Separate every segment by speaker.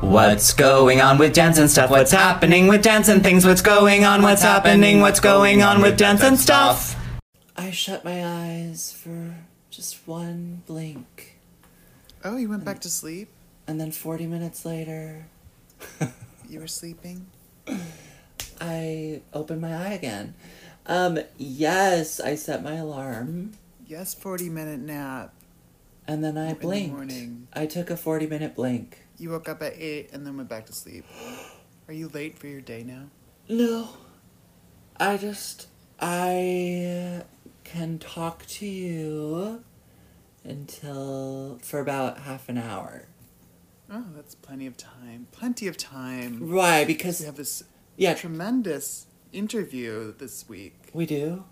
Speaker 1: What's going on with Jensen stuff? What's happening with Jensen things? What's going on? What's happening? What's going on with Jensen stuff?
Speaker 2: I shut my eyes for just one blink,
Speaker 3: Oh, you went back to sleep?
Speaker 2: and then 40 minutes later,
Speaker 3: You were sleeping?
Speaker 2: I opened my eye again. Um, yes, I set my alarm,
Speaker 3: Yes, 40 minute nap.
Speaker 2: and then I
Speaker 3: In the
Speaker 2: blinked.
Speaker 3: morning.
Speaker 2: I took a 40 minute blink.
Speaker 3: You woke up at 8 and then went back to sleep. Are you late for your day now?
Speaker 2: No. I just. I can talk to you until. for about half an hour.
Speaker 3: Oh, that's plenty of time. Plenty of time.
Speaker 2: Right,
Speaker 3: We
Speaker 2: because.
Speaker 3: have this
Speaker 2: Yeah,
Speaker 3: tremendous interview this week.
Speaker 2: we do.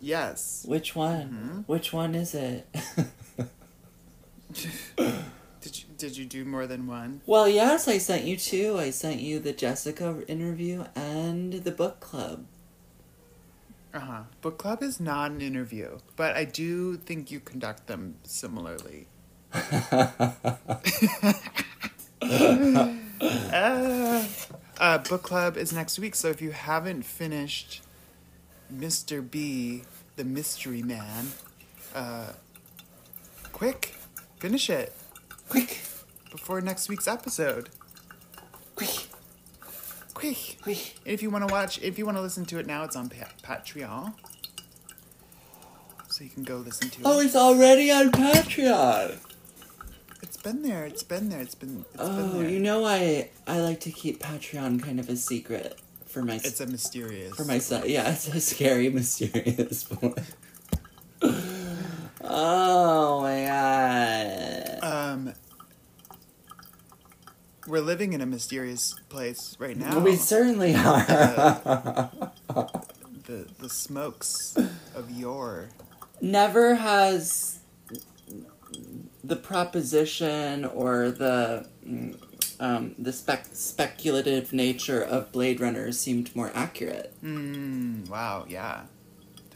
Speaker 3: Yes.
Speaker 2: Which one?
Speaker 3: Mm-hmm.
Speaker 2: Which one is it?
Speaker 3: Did you, did you do more than one?
Speaker 2: well, yes, I sent you two. I sent you the Jessica interview and the book club.
Speaker 3: Uh huh. Book club is not an interview, but I do think you conduct them similarly. uh, uh, book club is next week, so if you haven't finished Mr. B, the mystery man, uh, quick, finish it
Speaker 2: Quick,
Speaker 3: before next week's episode.
Speaker 2: quick,
Speaker 3: Quick.
Speaker 2: quick.
Speaker 3: And if you want to watch, if you want to listen to it now, it's on pa- Patreon. So you can go listen to
Speaker 2: Oh,
Speaker 3: it.
Speaker 2: it's already on Patreon.
Speaker 3: It's been there. It's been there. It's been. It's been
Speaker 2: Oh,
Speaker 3: there.
Speaker 2: you know I I like to keep Patreon kind of a secret for my
Speaker 3: It's a mysterious.
Speaker 2: for my son. Yeah, it's a scary, mysterious one. oh my god.
Speaker 3: Um. We're living in a mysterious place right now.
Speaker 2: We certainly are.
Speaker 3: the the smokes of yore.
Speaker 2: Never has the proposition or the mm, um, the spec- speculative nature of Blade Runner seemed more accurate.
Speaker 3: Mm, wow. Yeah.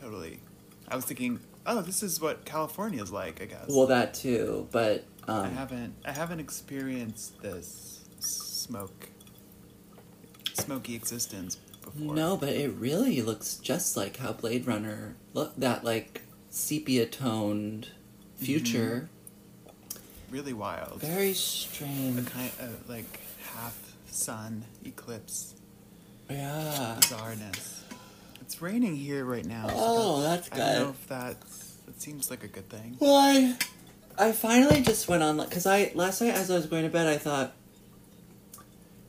Speaker 3: Totally. I was thinking. Oh, this is what California's like. I guess.
Speaker 2: Well, that too, but
Speaker 3: I
Speaker 2: um,
Speaker 3: haven't I haven't experienced this smoke smoky existence before.
Speaker 2: No, but it really looks just like how Blade Runner look that like sepia toned future.
Speaker 3: Really wild.
Speaker 2: Very
Speaker 3: A
Speaker 2: strange.
Speaker 3: kind of like half sun eclipse
Speaker 2: Yeah.
Speaker 3: bizarreness. It's raining here right now. so
Speaker 2: Oh, that's
Speaker 3: I don't know
Speaker 2: good.
Speaker 3: if that's that seems like a good thing.
Speaker 2: Well, I, I finally just went on because I last night as I was going to bed I thought,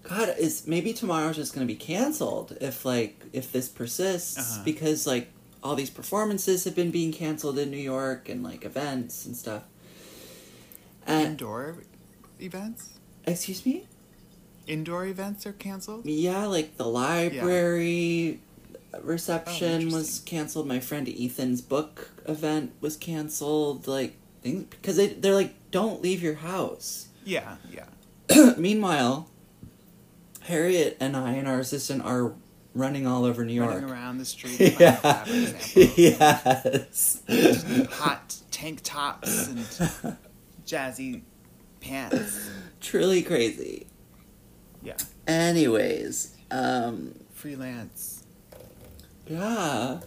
Speaker 2: God, is maybe tomorrow's just going to be canceled if like if this persists
Speaker 3: Uh-huh.
Speaker 2: because like all these performances have been being canceled in New York and like events and stuff. And
Speaker 3: Indoor events?
Speaker 2: excuse me.
Speaker 3: Indoor events are canceled?
Speaker 2: Yeah, like the library
Speaker 3: Oh,
Speaker 2: reception
Speaker 3: interesting.
Speaker 2: was canceled. My friend Ethan's book event was canceled. Like things because they they're like, don't leave your house.
Speaker 3: Yeah, yeah.
Speaker 2: Meanwhile, Harriet and I and our assistant are running all over New York.
Speaker 3: Running around the street
Speaker 2: Yeah.
Speaker 3: yeah. example.
Speaker 2: yes.
Speaker 3: hot tank tops and jazzy pants.
Speaker 2: Truly crazy.
Speaker 3: Yeah.
Speaker 2: Anyways, um
Speaker 3: Freelance.
Speaker 2: yeah.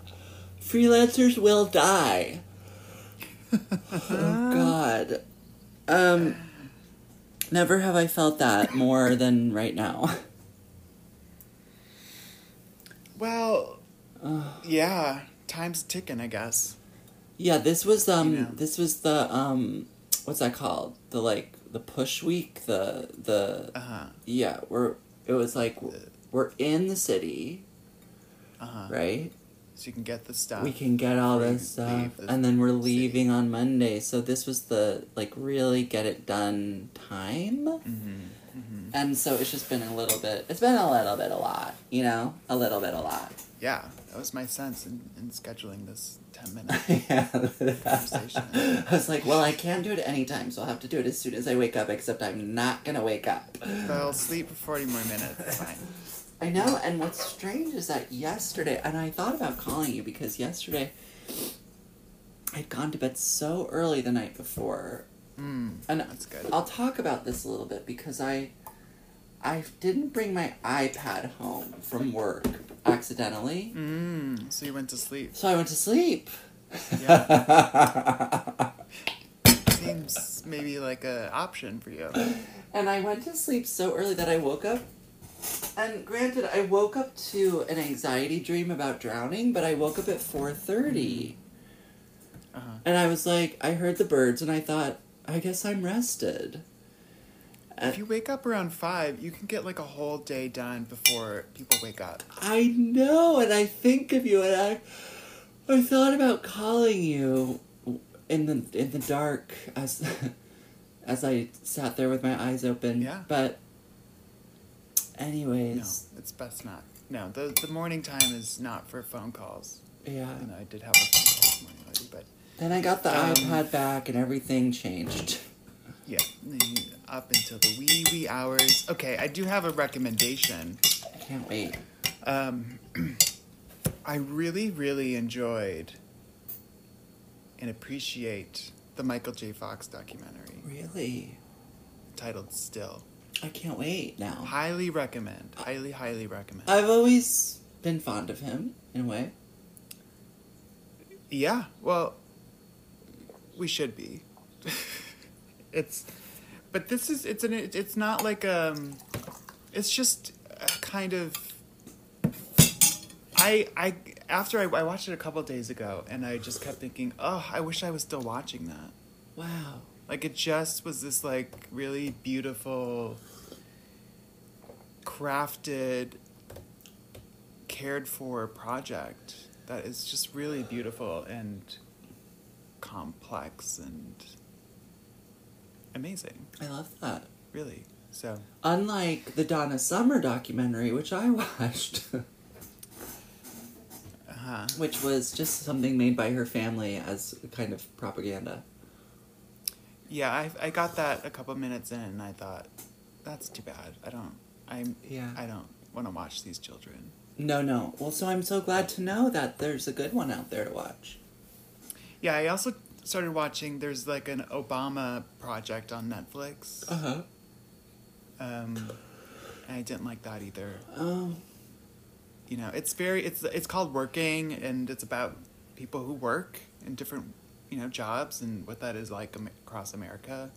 Speaker 2: Freelancers will die. Oh God. Um, never have I felt that more than right now.
Speaker 3: Well, yeah, time's ticking, I guess.
Speaker 2: Yeah, this was um,
Speaker 3: You know.
Speaker 2: this was the um, what's that called? The like the push week. The the
Speaker 3: Uh huh.
Speaker 2: yeah, we're it was like we're in the city,
Speaker 3: Uh huh.
Speaker 2: right?
Speaker 3: So you can get the stuff.
Speaker 2: We can get all
Speaker 3: Before you
Speaker 2: this stuff,
Speaker 3: Ah, leave the
Speaker 2: and then we're
Speaker 3: city.
Speaker 2: leaving on Monday. So this was the like really get it done time.
Speaker 3: Mm-hmm.
Speaker 2: And so it's just been a little bit. It's been a little bit, a lot. You know, a little bit, a lot.
Speaker 3: Yeah, that was my sense in, in scheduling this ten minute
Speaker 2: yeah.
Speaker 3: conversation.
Speaker 2: I was like, well, I can do it anytime, so I'll have to do it as soon as I wake up, except I'm not gonna wake up.
Speaker 3: But I'll sleep for forty more minutes. It's Fine.
Speaker 2: I know, and what's strange is that yesterday, and I thought about calling you because yesterday I'd gone to bed so early the night before and
Speaker 3: Mm, That's good.
Speaker 2: I'll talk about this a little bit because I I didn't bring my iPad home from work accidentally.
Speaker 3: Mm, So you went to sleep.
Speaker 2: So I went to sleep.
Speaker 3: Yeah. Seems maybe like a option for
Speaker 2: Uh,
Speaker 3: you.
Speaker 2: And I went to sleep so early that I woke up. And granted, I woke up to an anxiety dream about drowning, but I woke up at 4:30.
Speaker 3: Uh-huh.
Speaker 2: And I was like, I heard the birds and I thought, I guess I'm rested.
Speaker 3: If you wake up around five, you can get like a whole day done before people wake up.
Speaker 2: I know, and I think of you, and I, I thought about calling you in the in the dark as, as I sat there with my eyes open.
Speaker 3: Yeah.
Speaker 2: But.
Speaker 3: No,
Speaker 2: Anyways,
Speaker 3: it's best not. No, the the morning time is not for phone calls.
Speaker 2: yeah.
Speaker 3: You know, I did have a phone call this morning already, but
Speaker 2: Then I got the
Speaker 3: Um,
Speaker 2: iPad back, and everything changed.
Speaker 3: yeah, mm, up until the wee wee hours. Okay, I do have a recommendation.
Speaker 2: I can't wait.
Speaker 3: Um, I really, really enjoyed and appreciate the Michael J. Fox documentary
Speaker 2: Really,
Speaker 3: titled Still.
Speaker 2: I can't wait now.
Speaker 3: Highly recommend. Highly, highly recommend.
Speaker 2: I've always been fond of him in a way.
Speaker 3: Yeah, well, we should be. it's, but this is it's an it's not like um, it's just a kind of. I I after I, I watched it a couple days ago and I just kept thinking, oh, I wish I was still watching that.
Speaker 2: Wow.
Speaker 3: Like it just was this like really beautiful, crafted, cared for project that is just really beautiful and complex and amazing,
Speaker 2: I love that.
Speaker 3: really. So
Speaker 2: Unlike the Donna Summer documentary, which I watched.
Speaker 3: uh
Speaker 2: which was just something made by her family as kind of propaganda.
Speaker 3: yeah, I I got that a couple minutes in and I thought, that's too bad. I don't I'm
Speaker 2: Yeah.
Speaker 3: I don't want to watch these children.
Speaker 2: No, no. Well, so I'm so glad to know that there's a good one out there to watch.
Speaker 3: Yeah, I also started watching. There's like an Obama project on Netflix.
Speaker 2: huh.
Speaker 3: Um, and I didn't like that either.
Speaker 2: Oh,
Speaker 3: You know, it's very it's it's called Working, and it's about people who work in different you know jobs and what that is like am- across America.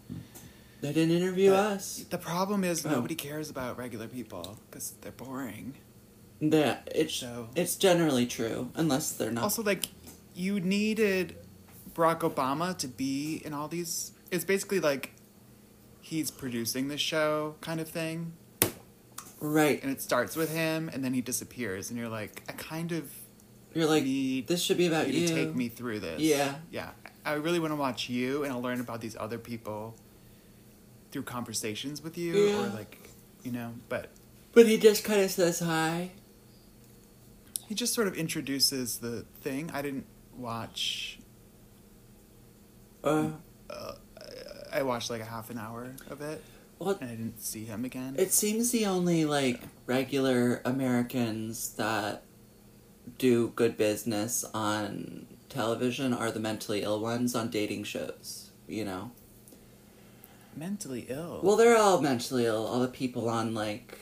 Speaker 2: they didn't interview
Speaker 3: But
Speaker 2: us.
Speaker 3: The problem is
Speaker 2: Oh.
Speaker 3: nobody cares about regular people because they're boring.
Speaker 2: That it's
Speaker 3: So-
Speaker 2: it's generally true, unless they're not.
Speaker 3: Also, like, you needed Barack Obama to be in all these. It's basically like he's producing the show kind of thing.
Speaker 2: right.
Speaker 3: and it starts with him and then he disappears and you're like i kind of
Speaker 2: You're like
Speaker 3: need
Speaker 2: this should be about
Speaker 3: you
Speaker 2: you.
Speaker 3: to take me through this
Speaker 2: Yeah.
Speaker 3: yeah i really want to watch you and i'll learn about these other people through conversations with you or
Speaker 2: Yeah.
Speaker 3: like you know but
Speaker 2: But he just kind of says hi.
Speaker 3: he just sort of introduces the thing i didn't watch
Speaker 2: Uh,
Speaker 3: i watched like a half an hour of it
Speaker 2: well,
Speaker 3: and i didn't see him again
Speaker 2: it seems the only like regular Americans that do good business on television are the mentally ill ones on dating shows. You know.
Speaker 3: mentally ill
Speaker 2: Well, they're all mentally ill. All the people on like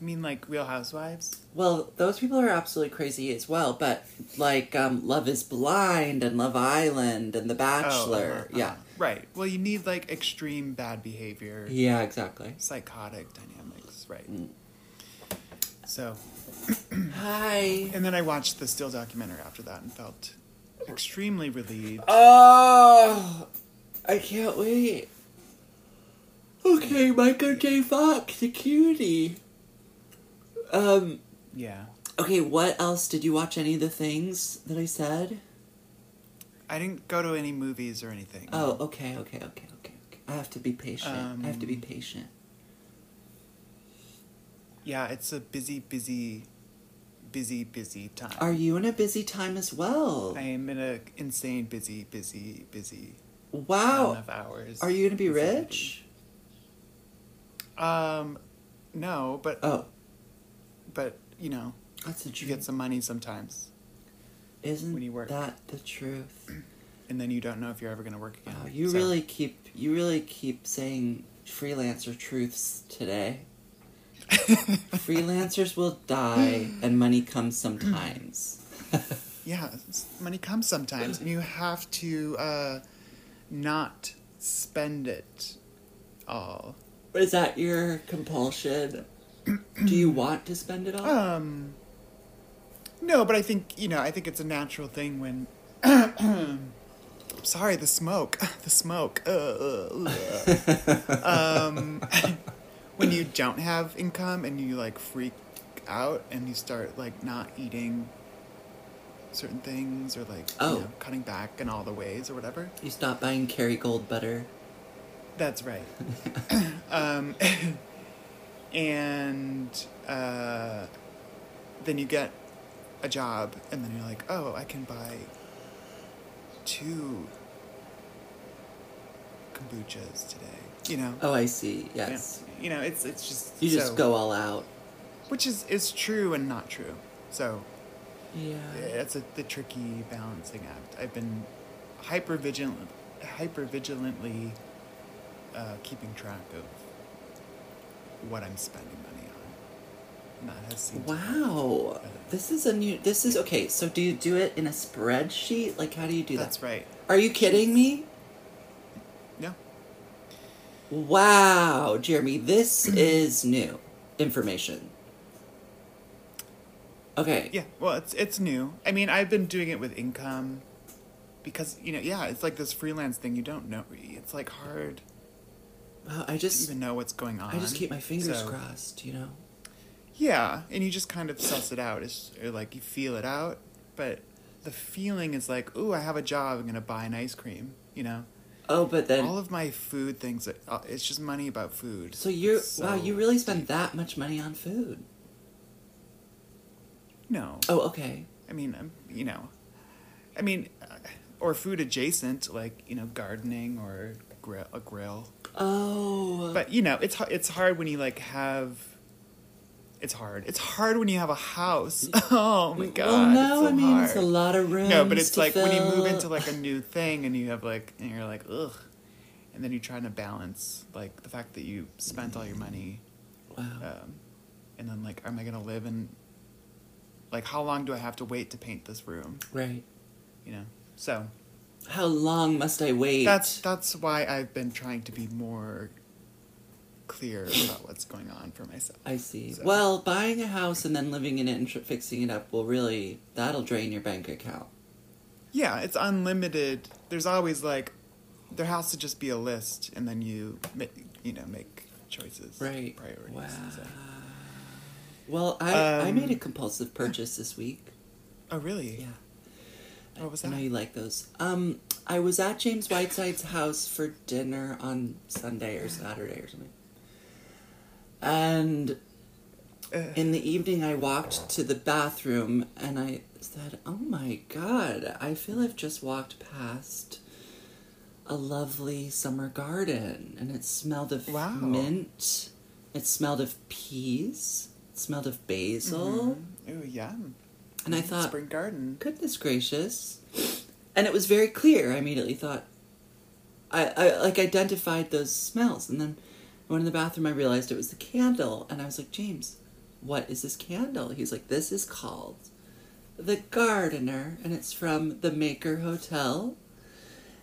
Speaker 3: i mean like real housewives
Speaker 2: Well, those people are absolutely crazy as well, but like um, Love is Blind and Love Island and The Bachelor.
Speaker 3: uh-huh,
Speaker 2: yeah.
Speaker 3: uh-huh. right well you need like extreme bad behavior
Speaker 2: Yeah, exactly.
Speaker 3: psychotic dynamics, right?
Speaker 2: Mm.
Speaker 3: So,
Speaker 2: Hi.
Speaker 3: and then I watched the Still documentary after that and felt extremely relieved.
Speaker 2: Oh, I can't wait. Okay, Michael J. Fox, the cutie. Um,
Speaker 3: Yeah,
Speaker 2: okay, what else? Did you watch any of the things that I said?
Speaker 3: I didn't go to any movies or anything.
Speaker 2: Oh, okay, okay, okay, okay. okay. I have to be patient. I have to be
Speaker 3: Um,
Speaker 2: patient.
Speaker 3: yeah, it's a busy, busy, busy, busy time.
Speaker 2: Are you in a busy time as well?
Speaker 3: I am in a insane, busy, busy, busy.
Speaker 2: wow.
Speaker 3: Amount of hours.
Speaker 2: Oh. Are you gonna be rich?
Speaker 3: Um, no, but
Speaker 2: Oh,
Speaker 3: but you know,
Speaker 2: that's the
Speaker 3: you
Speaker 2: truth.
Speaker 3: get some money sometimes.
Speaker 2: Isn't
Speaker 3: when you work.
Speaker 2: that the truth?
Speaker 3: and then you don't know if you're ever going to work again.
Speaker 2: Wow, Oh, you
Speaker 3: So,
Speaker 2: really keep you really keep saying freelancer truths today. Freelancers will die and money comes sometimes.
Speaker 3: yeah, s- money comes sometimes, and you have to uh, not spend it all.
Speaker 2: Is that your compulsion? Do you want to spend it all?
Speaker 3: Um, no, but I think you know. I think it's a natural thing when. sorry, the smoke. The smoke. Ugh, ugh. um, when you don't have income and you like freak out and you start like not eating certain things or like
Speaker 2: Oh.
Speaker 3: you know, cutting back in all the ways or whatever.
Speaker 2: you stop buying Kerrygold butter.
Speaker 3: That's right. um, and uh, then you get a job, and then you're like, oh, I can buy two kombuchas today. You know.
Speaker 2: Oh, I see.
Speaker 3: Yeah.
Speaker 2: Yes.
Speaker 3: You know, it's it's just
Speaker 2: You just
Speaker 3: so-
Speaker 2: go all out.
Speaker 3: which is is true and not true. So
Speaker 2: Yeah.
Speaker 3: that's a the tricky balancing act. I've been hyper vigilant, hyper vigilantly uh, keeping track of what I'm spending money on. And that has seemed to work.
Speaker 2: Wow. This is a new this is okay, so do you do it in a spreadsheet? Like how do you do
Speaker 3: That's
Speaker 2: that?
Speaker 3: right.
Speaker 2: Are you kidding me?
Speaker 3: No,
Speaker 2: Wow, Jeremy, this is new information. Okay.
Speaker 3: yeah. Well, it's it's new. I mean, I've been doing it with income because you know, yeah, it's like this freelance thing. You don't know. It's like hard
Speaker 2: Wow, I
Speaker 3: to
Speaker 2: just
Speaker 3: even know what's going on.
Speaker 2: I just keep my fingers
Speaker 3: So-
Speaker 2: crossed, you know.
Speaker 3: Yeah, and you just kind of suss it out. It's or like you feel it out, but the feeling is like, "Ooh, I have a job. I'm gonna buy an ice cream." You know,
Speaker 2: Oh, but then
Speaker 3: all of my food things. are- uh, It's just money about food.
Speaker 2: so you're
Speaker 3: It's
Speaker 2: wow,
Speaker 3: so-
Speaker 2: you really spend that much money on food.
Speaker 3: no.
Speaker 2: Oh, okay.
Speaker 3: I mean, um, you know, I mean, uh, or food adjacent, like you know, gardening or grill, a grill.
Speaker 2: Oh.
Speaker 3: But you know, it's har- it's hard when you like have. It's hard. It's hard when you have a house. oh my god!
Speaker 2: Well, no,
Speaker 3: it's so
Speaker 2: I mean
Speaker 3: hard.
Speaker 2: it's a lot of room.
Speaker 3: No, but it's like when you move
Speaker 2: fill.
Speaker 3: into like a new thing and you have like and you're like ugh, and then you're trying to balance like the fact that you spent all your money,
Speaker 2: Wow.
Speaker 3: um, and then like am I gonna live in, like how long do I have to wait to paint this room?
Speaker 2: Right.
Speaker 3: You know, so
Speaker 2: How long must I wait?
Speaker 3: that's that's why I've been trying to be more clear about what's going on for myself.
Speaker 2: I see.
Speaker 3: So-
Speaker 2: Well, buying a house and then living in it and tr- fixing it up will really that'll drain your bank account.
Speaker 3: Yeah, it's unlimited. There's always like, there has to just be a list, and then you, ma- you know, make choices,
Speaker 2: Right.
Speaker 3: Priorities.
Speaker 2: Wow.
Speaker 3: so.
Speaker 2: Well, I I
Speaker 3: Um,
Speaker 2: made a compulsive purchase this week.
Speaker 3: Oh really?
Speaker 2: Yeah.
Speaker 3: What was
Speaker 2: I know
Speaker 3: that?
Speaker 2: you like those. Um, I was at James Whiteside's house for dinner on Sunday or Saturday or something. And
Speaker 3: Ugh.
Speaker 2: in the evening, I walked to the bathroom and I said, Oh my God, I feel I've just walked past a lovely summer garden. And it smelled of
Speaker 3: Wow.
Speaker 2: mint, it smelled of peas, it smelled of basil.
Speaker 3: Ooh, yum.
Speaker 2: And I thought,
Speaker 3: spring garden.
Speaker 2: goodness gracious and it was very clear i immediately thought I, I like identified those smells and then i went in the bathroom i realized it was the candle and i was like james what is this candle he's like this is called the gardener and it's from the maker hotel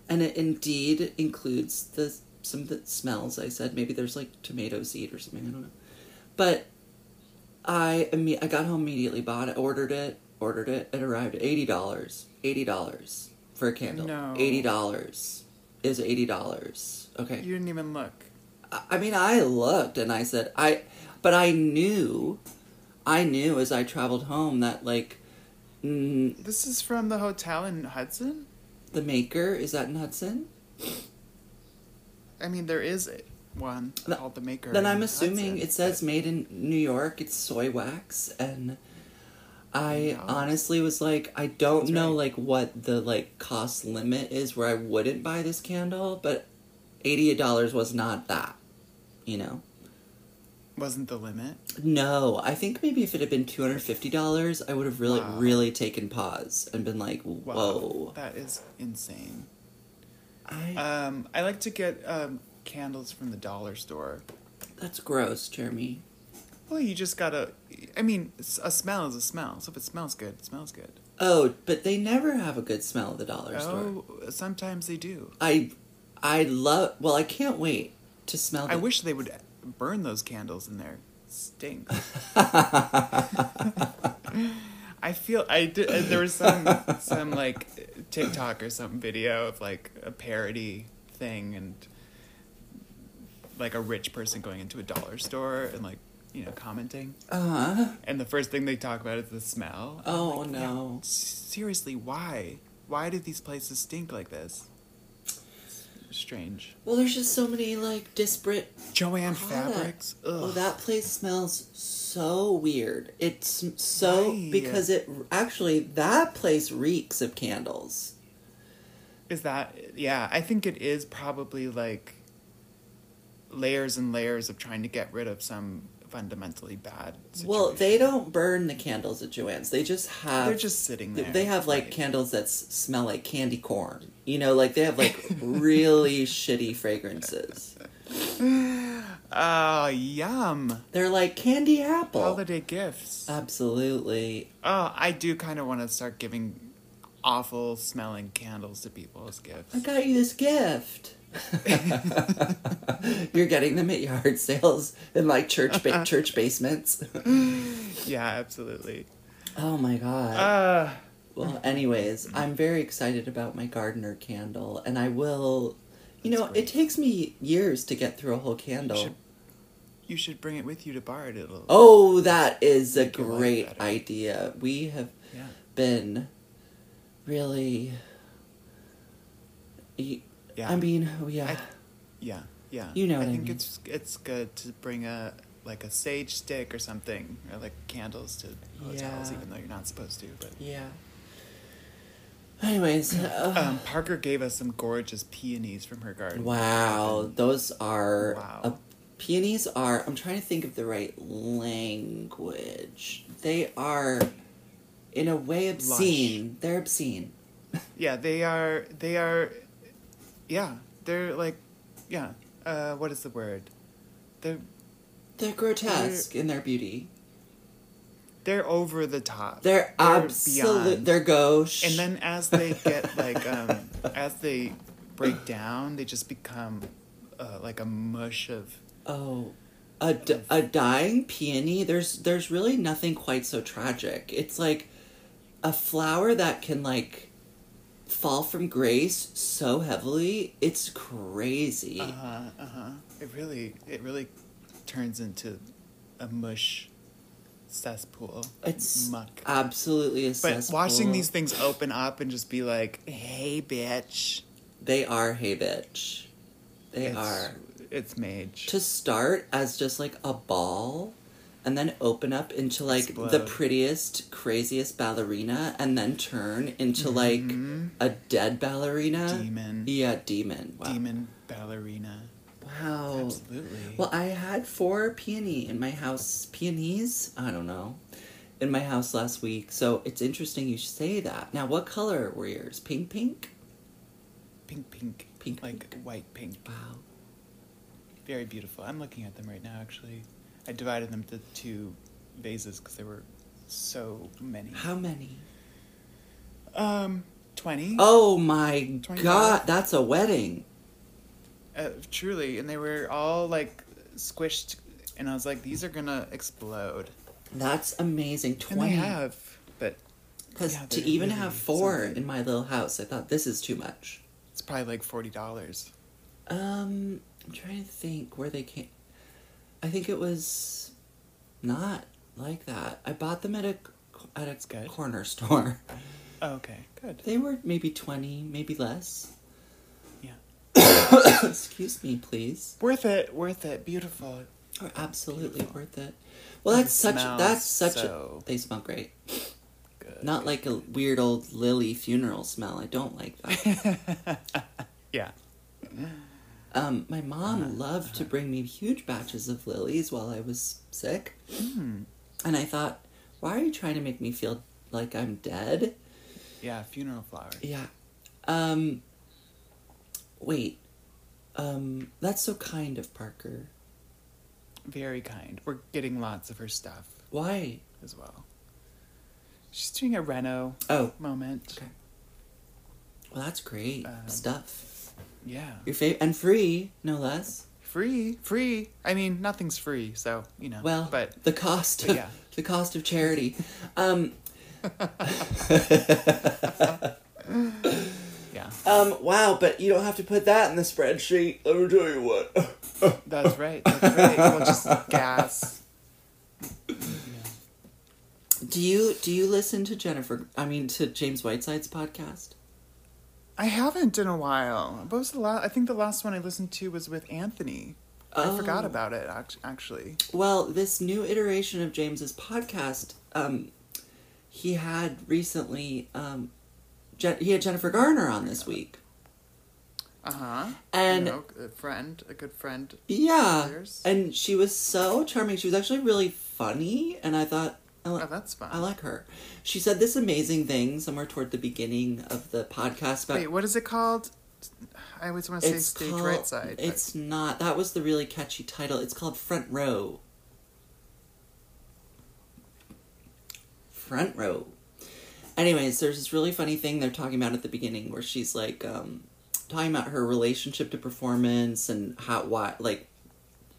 Speaker 2: and it indeed includes the some of the smells i said maybe there's like tomato seed or something i don't know but I imme- I got home immediately, bought it, ordered it, ordered it. It arrived at eighty dollars. Eighty dollars for a candle.
Speaker 3: No.
Speaker 2: Eighty dollars is eighty dollars. Okay.
Speaker 3: You didn't even look.
Speaker 2: I I mean, I looked and I said I, but I knew, I knew as I traveled home that like, mm,
Speaker 3: This is from the hotel in Hudson.
Speaker 2: the maker is that in Hudson.
Speaker 3: I mean, there is one
Speaker 2: Th-
Speaker 3: called the Maker.
Speaker 2: Then
Speaker 3: in
Speaker 2: I'm assuming
Speaker 3: Hudson,
Speaker 2: it says made in New York. It's soy wax, and I
Speaker 3: Yum.
Speaker 2: honestly was like, I don't
Speaker 3: That's
Speaker 2: know
Speaker 3: right.
Speaker 2: like what the like cost limit is where I wouldn't buy this candle, but eighty eight dollars was not that, you know.
Speaker 3: but wasn't the limit.
Speaker 2: No, I think maybe if it had been two hundred fifty dollars, I would have really,
Speaker 3: Wow.
Speaker 2: really taken pause and been like,
Speaker 3: Wow,
Speaker 2: whoa,
Speaker 3: that is insane.
Speaker 2: I,
Speaker 3: Um, I like to get um, candles from the dollar store.
Speaker 2: that's gross, Jeremy.
Speaker 3: Well, you just gotta. I mean, s- a smell is a smell. So if it smells good, it smells good.
Speaker 2: Oh, but they never have a good smell at the dollar store.
Speaker 3: Oh, sometimes they do.
Speaker 2: I, I love. Well, I can't wait to smell.
Speaker 3: I
Speaker 2: the-
Speaker 3: wish they would burn those candles in their stink. I feel I did. uh, There was some some like TikTok or some video of like a parody thing and like a rich person going into a dollar store and like you know commenting.
Speaker 2: Uh-huh.
Speaker 3: And the first thing they talk about is the smell.
Speaker 2: Oh no.
Speaker 3: S- Seriously, why? Why do these places stink like this? Strange.
Speaker 2: Well, there's just so many like disparate.
Speaker 3: Joanne
Speaker 2: Product.
Speaker 3: Fabrics. Ugh.
Speaker 2: Oh, that place smells so weird. It's m- so
Speaker 3: Why?
Speaker 2: because it actually that place reeks of candles.
Speaker 3: Is that yeah, I think it is probably like layers and layers of trying to get rid of some fundamentally bad situation.
Speaker 2: Well, they don't burn the candles at Joanne's. They just have
Speaker 3: they're just sitting
Speaker 2: Th-
Speaker 3: there.
Speaker 2: They have like candles that s- smell like candy corn. You know, like they have like really shitty fragrances.
Speaker 3: Ah, yum.
Speaker 2: They're like candy apple.
Speaker 3: Holiday gifts.
Speaker 2: Uh, Absolutely.
Speaker 3: oh, I do kind of want to start giving awful smelling candles to people as gifts.
Speaker 2: I got you this gift. You're getting them at yard sales in like church ba- church basements.
Speaker 3: Yeah, absolutely.
Speaker 2: oh my god.
Speaker 3: Uh
Speaker 2: Well, anyways, I'm very excited about my gardener candle, and I will. You know, it takes me years to get through a whole candle.
Speaker 3: should- you should bring it with you to Bard. It'll
Speaker 2: Oh, that is a
Speaker 3: Make your life
Speaker 2: great
Speaker 3: better.
Speaker 2: idea. We have
Speaker 3: Yeah.
Speaker 2: been really. y-
Speaker 3: Yeah.
Speaker 2: I mean, yeah.
Speaker 3: Yeah, yeah.
Speaker 2: You know what I
Speaker 3: think
Speaker 2: mean.
Speaker 3: it's it's good to bring a like a sage stick or something or like candles to hotels,
Speaker 2: Yeah.
Speaker 3: even though you're not supposed to. But
Speaker 2: yeah. Anyways, uh,
Speaker 3: um, Parker gave us some gorgeous peonies from her garden.
Speaker 2: wow, those are
Speaker 3: Wow.
Speaker 2: uh, peonies are. I'm trying to think of the right language. They are, in a way, obscene. They're obscene.
Speaker 3: Yeah, they are. They are. Yeah, they're like, yeah. Uh, what is the word? They're
Speaker 2: They're grotesque in their beauty.
Speaker 3: they're over the top.
Speaker 2: They're, absolute.
Speaker 3: beyond.
Speaker 2: They're gauche.
Speaker 3: And then as they get like um, as they break down, they just become uh, like a mush of
Speaker 2: Oh, a, d- a dying peony. There's there's really nothing quite so tragic. It's like a flower that can like fall from grace so heavily. It's crazy.
Speaker 3: Uh-huh, uh-huh. It really it really turns into a mush cesspool.
Speaker 2: it's
Speaker 3: muck.
Speaker 2: absolutely a
Speaker 3: but
Speaker 2: cesspool.
Speaker 3: watching these things open up and just be like, "Hey, bitch."
Speaker 2: they are hey bitch. They
Speaker 3: it's,
Speaker 2: are
Speaker 3: It's mage.
Speaker 2: to start as just like a ball. And then open up into like the
Speaker 3: Explode.
Speaker 2: prettiest, craziest ballerina, and then turn into
Speaker 3: Mhm.
Speaker 2: like a dead ballerina.
Speaker 3: demon.
Speaker 2: Yeah, demon. Wow.
Speaker 3: Mm-hmm. Demon ballerina.
Speaker 2: Wow.
Speaker 3: Absolutely.
Speaker 2: Oh. Well, I had four peony in my house. Peonies? I don't know. In my house last week. So it's interesting you say that. Now, what color were yours? Pink, pink?
Speaker 3: pink pink
Speaker 2: Pink,
Speaker 3: like white pink.
Speaker 2: Wow.
Speaker 3: Very beautiful. I'm looking at them right now actually. I divided them into two vases cuz there were so many.
Speaker 2: How many?
Speaker 3: Um 20.
Speaker 2: Oh my
Speaker 3: 25.
Speaker 2: god, that's a wedding.
Speaker 3: Uh, truly, and they were all like squished, and I was like, these are gonna explode.
Speaker 2: That's amazing.
Speaker 3: And
Speaker 2: 20.
Speaker 3: they have, but
Speaker 2: Because
Speaker 3: Yeah,
Speaker 2: to
Speaker 3: they're
Speaker 2: even
Speaker 3: really
Speaker 2: have four
Speaker 3: something.
Speaker 2: in my little house, I thought this is too much.
Speaker 3: it's probably like forty dollars.
Speaker 2: Um, I'm trying to think where they came. I think it was not like that. I bought them at a at a
Speaker 3: good.
Speaker 2: corner store.
Speaker 3: Oh, okay, good.
Speaker 2: They were maybe twenty, maybe less.
Speaker 3: Yeah,
Speaker 2: Excuse me, please.
Speaker 3: worth it, worth it. Beautiful.
Speaker 2: Are absolutely worth it. Well, that's
Speaker 3: It
Speaker 2: such
Speaker 3: smells
Speaker 2: that's such
Speaker 3: so
Speaker 2: a they smell great.
Speaker 3: Good.
Speaker 2: Not like a weird old lily funeral smell. I don't like that.
Speaker 3: yeah.
Speaker 2: um, my mom
Speaker 3: Uh-huh,
Speaker 2: loved to bring me huge batches of lilies while I was sick.
Speaker 3: Hmm.
Speaker 2: And I thought, why are you trying to make me feel like I'm dead?
Speaker 3: Yeah. Funeral flowers.
Speaker 2: Yeah. Um, wait, um, that's so kind of Parker.
Speaker 3: Very kind. We're getting lots of her stuff
Speaker 2: Why?
Speaker 3: as well. She's doing a reno
Speaker 2: Oh,
Speaker 3: moment.
Speaker 2: Okay. well, that's great
Speaker 3: Um,
Speaker 2: stuff.
Speaker 3: Yeah.
Speaker 2: Your favorite and free, no less.
Speaker 3: Free, free. I mean, nothing's free, so, you know.
Speaker 2: Well,
Speaker 3: but
Speaker 2: the cost,
Speaker 3: but yeah.
Speaker 2: the cost of charity. Um,
Speaker 3: yeah.
Speaker 2: um, wow, but you don't have to put that in the spreadsheet. Let me tell you what.
Speaker 3: That's right. That's right. We'll just gas.
Speaker 2: Do you do you listen to Jennifer? I mean, to James Whiteside's podcast.
Speaker 3: I haven't in a while. What was the last? I think the last one I listened to was with Anthony. I forgot
Speaker 2: Oh.
Speaker 3: about it act- actually.
Speaker 2: Well, this new iteration of James's podcast, um, he had recently, um, Jen- he had Jennifer Garner on this week,
Speaker 3: Uh huh.
Speaker 2: and
Speaker 3: a friend, a good friend.
Speaker 2: yeah,
Speaker 3: There's-
Speaker 2: and she was so charming. She was actually really funny, and I thought, I li-
Speaker 3: Oh, that's fun.
Speaker 2: I like her. She said this amazing thing somewhere toward the beginning of the podcast about
Speaker 3: Wait, what is it called? I always want to say stage right side. but-
Speaker 2: It's not. That was the really catchy title. It's called Front Row. Front Row. Anyways, there's this really funny thing they're talking about at the beginning where she's like um, talking about her relationship to performance and how why like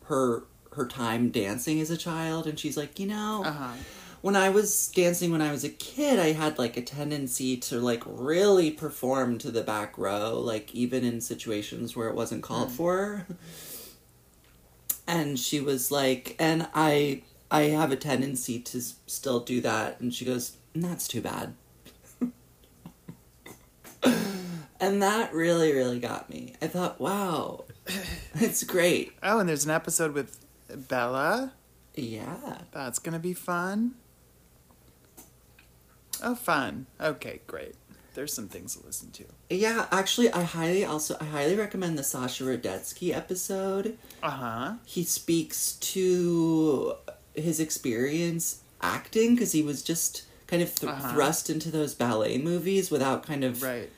Speaker 2: her her time dancing as a child and she's like, "You know,
Speaker 3: Uh-huh.
Speaker 2: when I was dancing when I was a kid, I had like a tendency to like really perform to the back row, like even in situations where it wasn't called for. And she was like, and I I have a tendency to s- still do that. And she goes, and that's too bad. and that really really got me. I thought, wow, it's great.
Speaker 3: Oh, and there's an episode with Bella.
Speaker 2: Yeah.
Speaker 3: That's gonna be fun. Oh, fun. Okay, great. There's some things to listen to.
Speaker 2: Yeah, actually, I highly also I highly recommend the Sasha Radetsky episode.
Speaker 3: Uh huh.
Speaker 2: He speaks to his experience acting because he was just kind of th-
Speaker 3: Uh-huh.
Speaker 2: thrust into those ballet movies without kind of
Speaker 3: Right.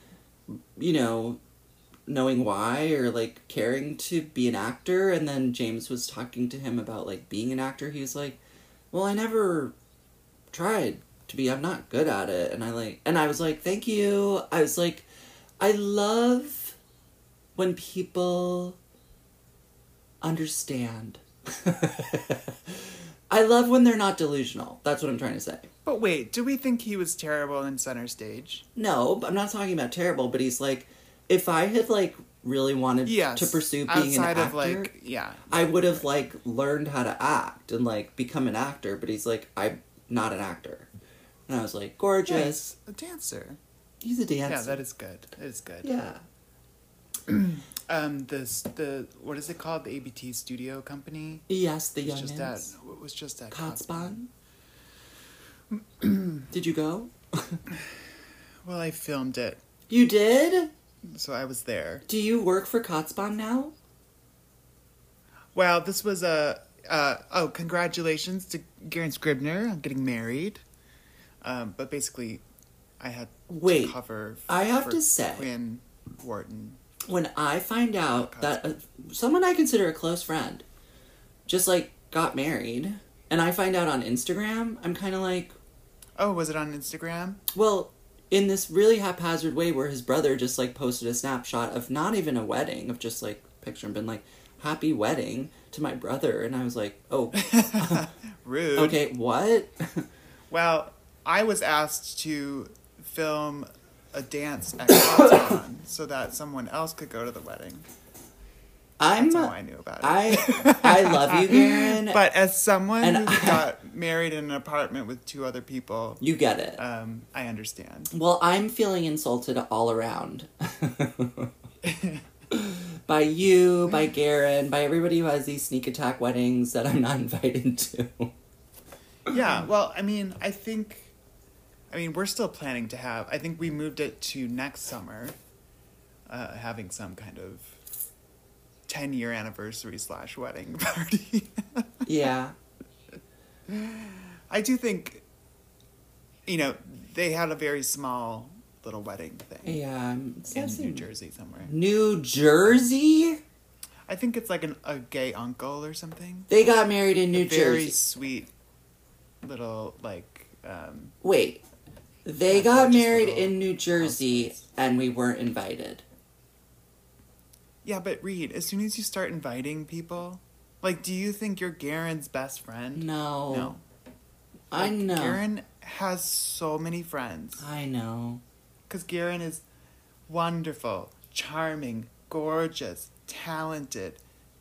Speaker 2: you know knowing why or like caring to be an actor. And then James was talking to him about like being an actor. He was like, "Well, I never tried to be. I'm not good at it." And I like, and I was like, "Thank you." I was like, I love when people understand. I love when they're not delusional. That's what I'm trying to say.
Speaker 3: But wait, do we think he was terrible in center stage?
Speaker 2: No, I'm not talking about terrible, but he's like, if I had like really wanted
Speaker 3: Yes.
Speaker 2: to pursue being
Speaker 3: outside
Speaker 2: an actor,
Speaker 3: of like yeah.
Speaker 2: I would have like learned how to act and like become an actor. But he's like, I'm not an actor, and I was like, gorgeous.
Speaker 3: Yes, a dancer.
Speaker 2: He's a dancer.
Speaker 3: Yeah, that is good. It is good.
Speaker 2: yeah.
Speaker 3: Um, this the what is it called? The ABT Studio Company.
Speaker 2: Yes, the
Speaker 3: It was
Speaker 2: youngins.
Speaker 3: just at it was just at Cotsbond.
Speaker 2: Kotzbahn. did you go?
Speaker 3: Well, I filmed it,
Speaker 2: You did?
Speaker 3: so I was there.
Speaker 2: Do you work for Kotzbahn now?
Speaker 3: Wow, this was a uh, oh, congratulations to Garen Scribner on getting married. Um, but basically, I had
Speaker 2: Wait,
Speaker 3: to cover.
Speaker 2: I have
Speaker 3: for
Speaker 2: to say-
Speaker 3: Quinn Wharton.
Speaker 2: When I find out that uh, someone I consider a close friend just like got married, and I find out on Instagram, I'm kind of like,
Speaker 3: Oh, was it on Instagram?
Speaker 2: well, in this really haphazard way where his brother just like posted a snapshot of not even a wedding, of just like picture and been like, happy wedding to my brother. And I was like, oh,
Speaker 3: Rude.
Speaker 2: okay, what?
Speaker 3: Well, I was asked to film a dance at Cotsbon so that someone else could go to the wedding.
Speaker 2: I'm.
Speaker 3: That's how I knew about it.
Speaker 2: I I love you, Garen.
Speaker 3: but as someone
Speaker 2: And
Speaker 3: who
Speaker 2: I-
Speaker 3: got married in an apartment with two other people,
Speaker 2: you get it.
Speaker 3: um, I understand.
Speaker 2: Well, I'm feeling insulted all around. by you, by Garen, by everybody who has these sneak attack weddings that I'm not invited to.
Speaker 3: Yeah, well, I mean, I think, I mean, we're still planning to have. I think we moved it to next summer, uh, having some kind of ten-year anniversary slash wedding party.
Speaker 2: yeah.
Speaker 3: I do think, you know, they had a very small little wedding thing
Speaker 2: Yeah, I'm
Speaker 3: in New
Speaker 2: something-
Speaker 3: Jersey somewhere.
Speaker 2: New Jersey.
Speaker 3: I think it's like an, a gay uncle or something.
Speaker 2: They got married in New
Speaker 3: Very
Speaker 2: Jersey.
Speaker 3: sweet little like um,
Speaker 2: Wait, they
Speaker 3: Yeah,
Speaker 2: got
Speaker 3: gorgeous
Speaker 2: married
Speaker 3: little
Speaker 2: in New Jersey, and we weren't invited.
Speaker 3: yeah, but Reed, as soon as you start inviting people, like, do you think you're Garen's best friend?
Speaker 2: No,
Speaker 3: No.
Speaker 2: I
Speaker 3: Like,
Speaker 2: know.
Speaker 3: Garen has so many friends
Speaker 2: I know.
Speaker 3: because Garen is wonderful, charming, gorgeous, talented,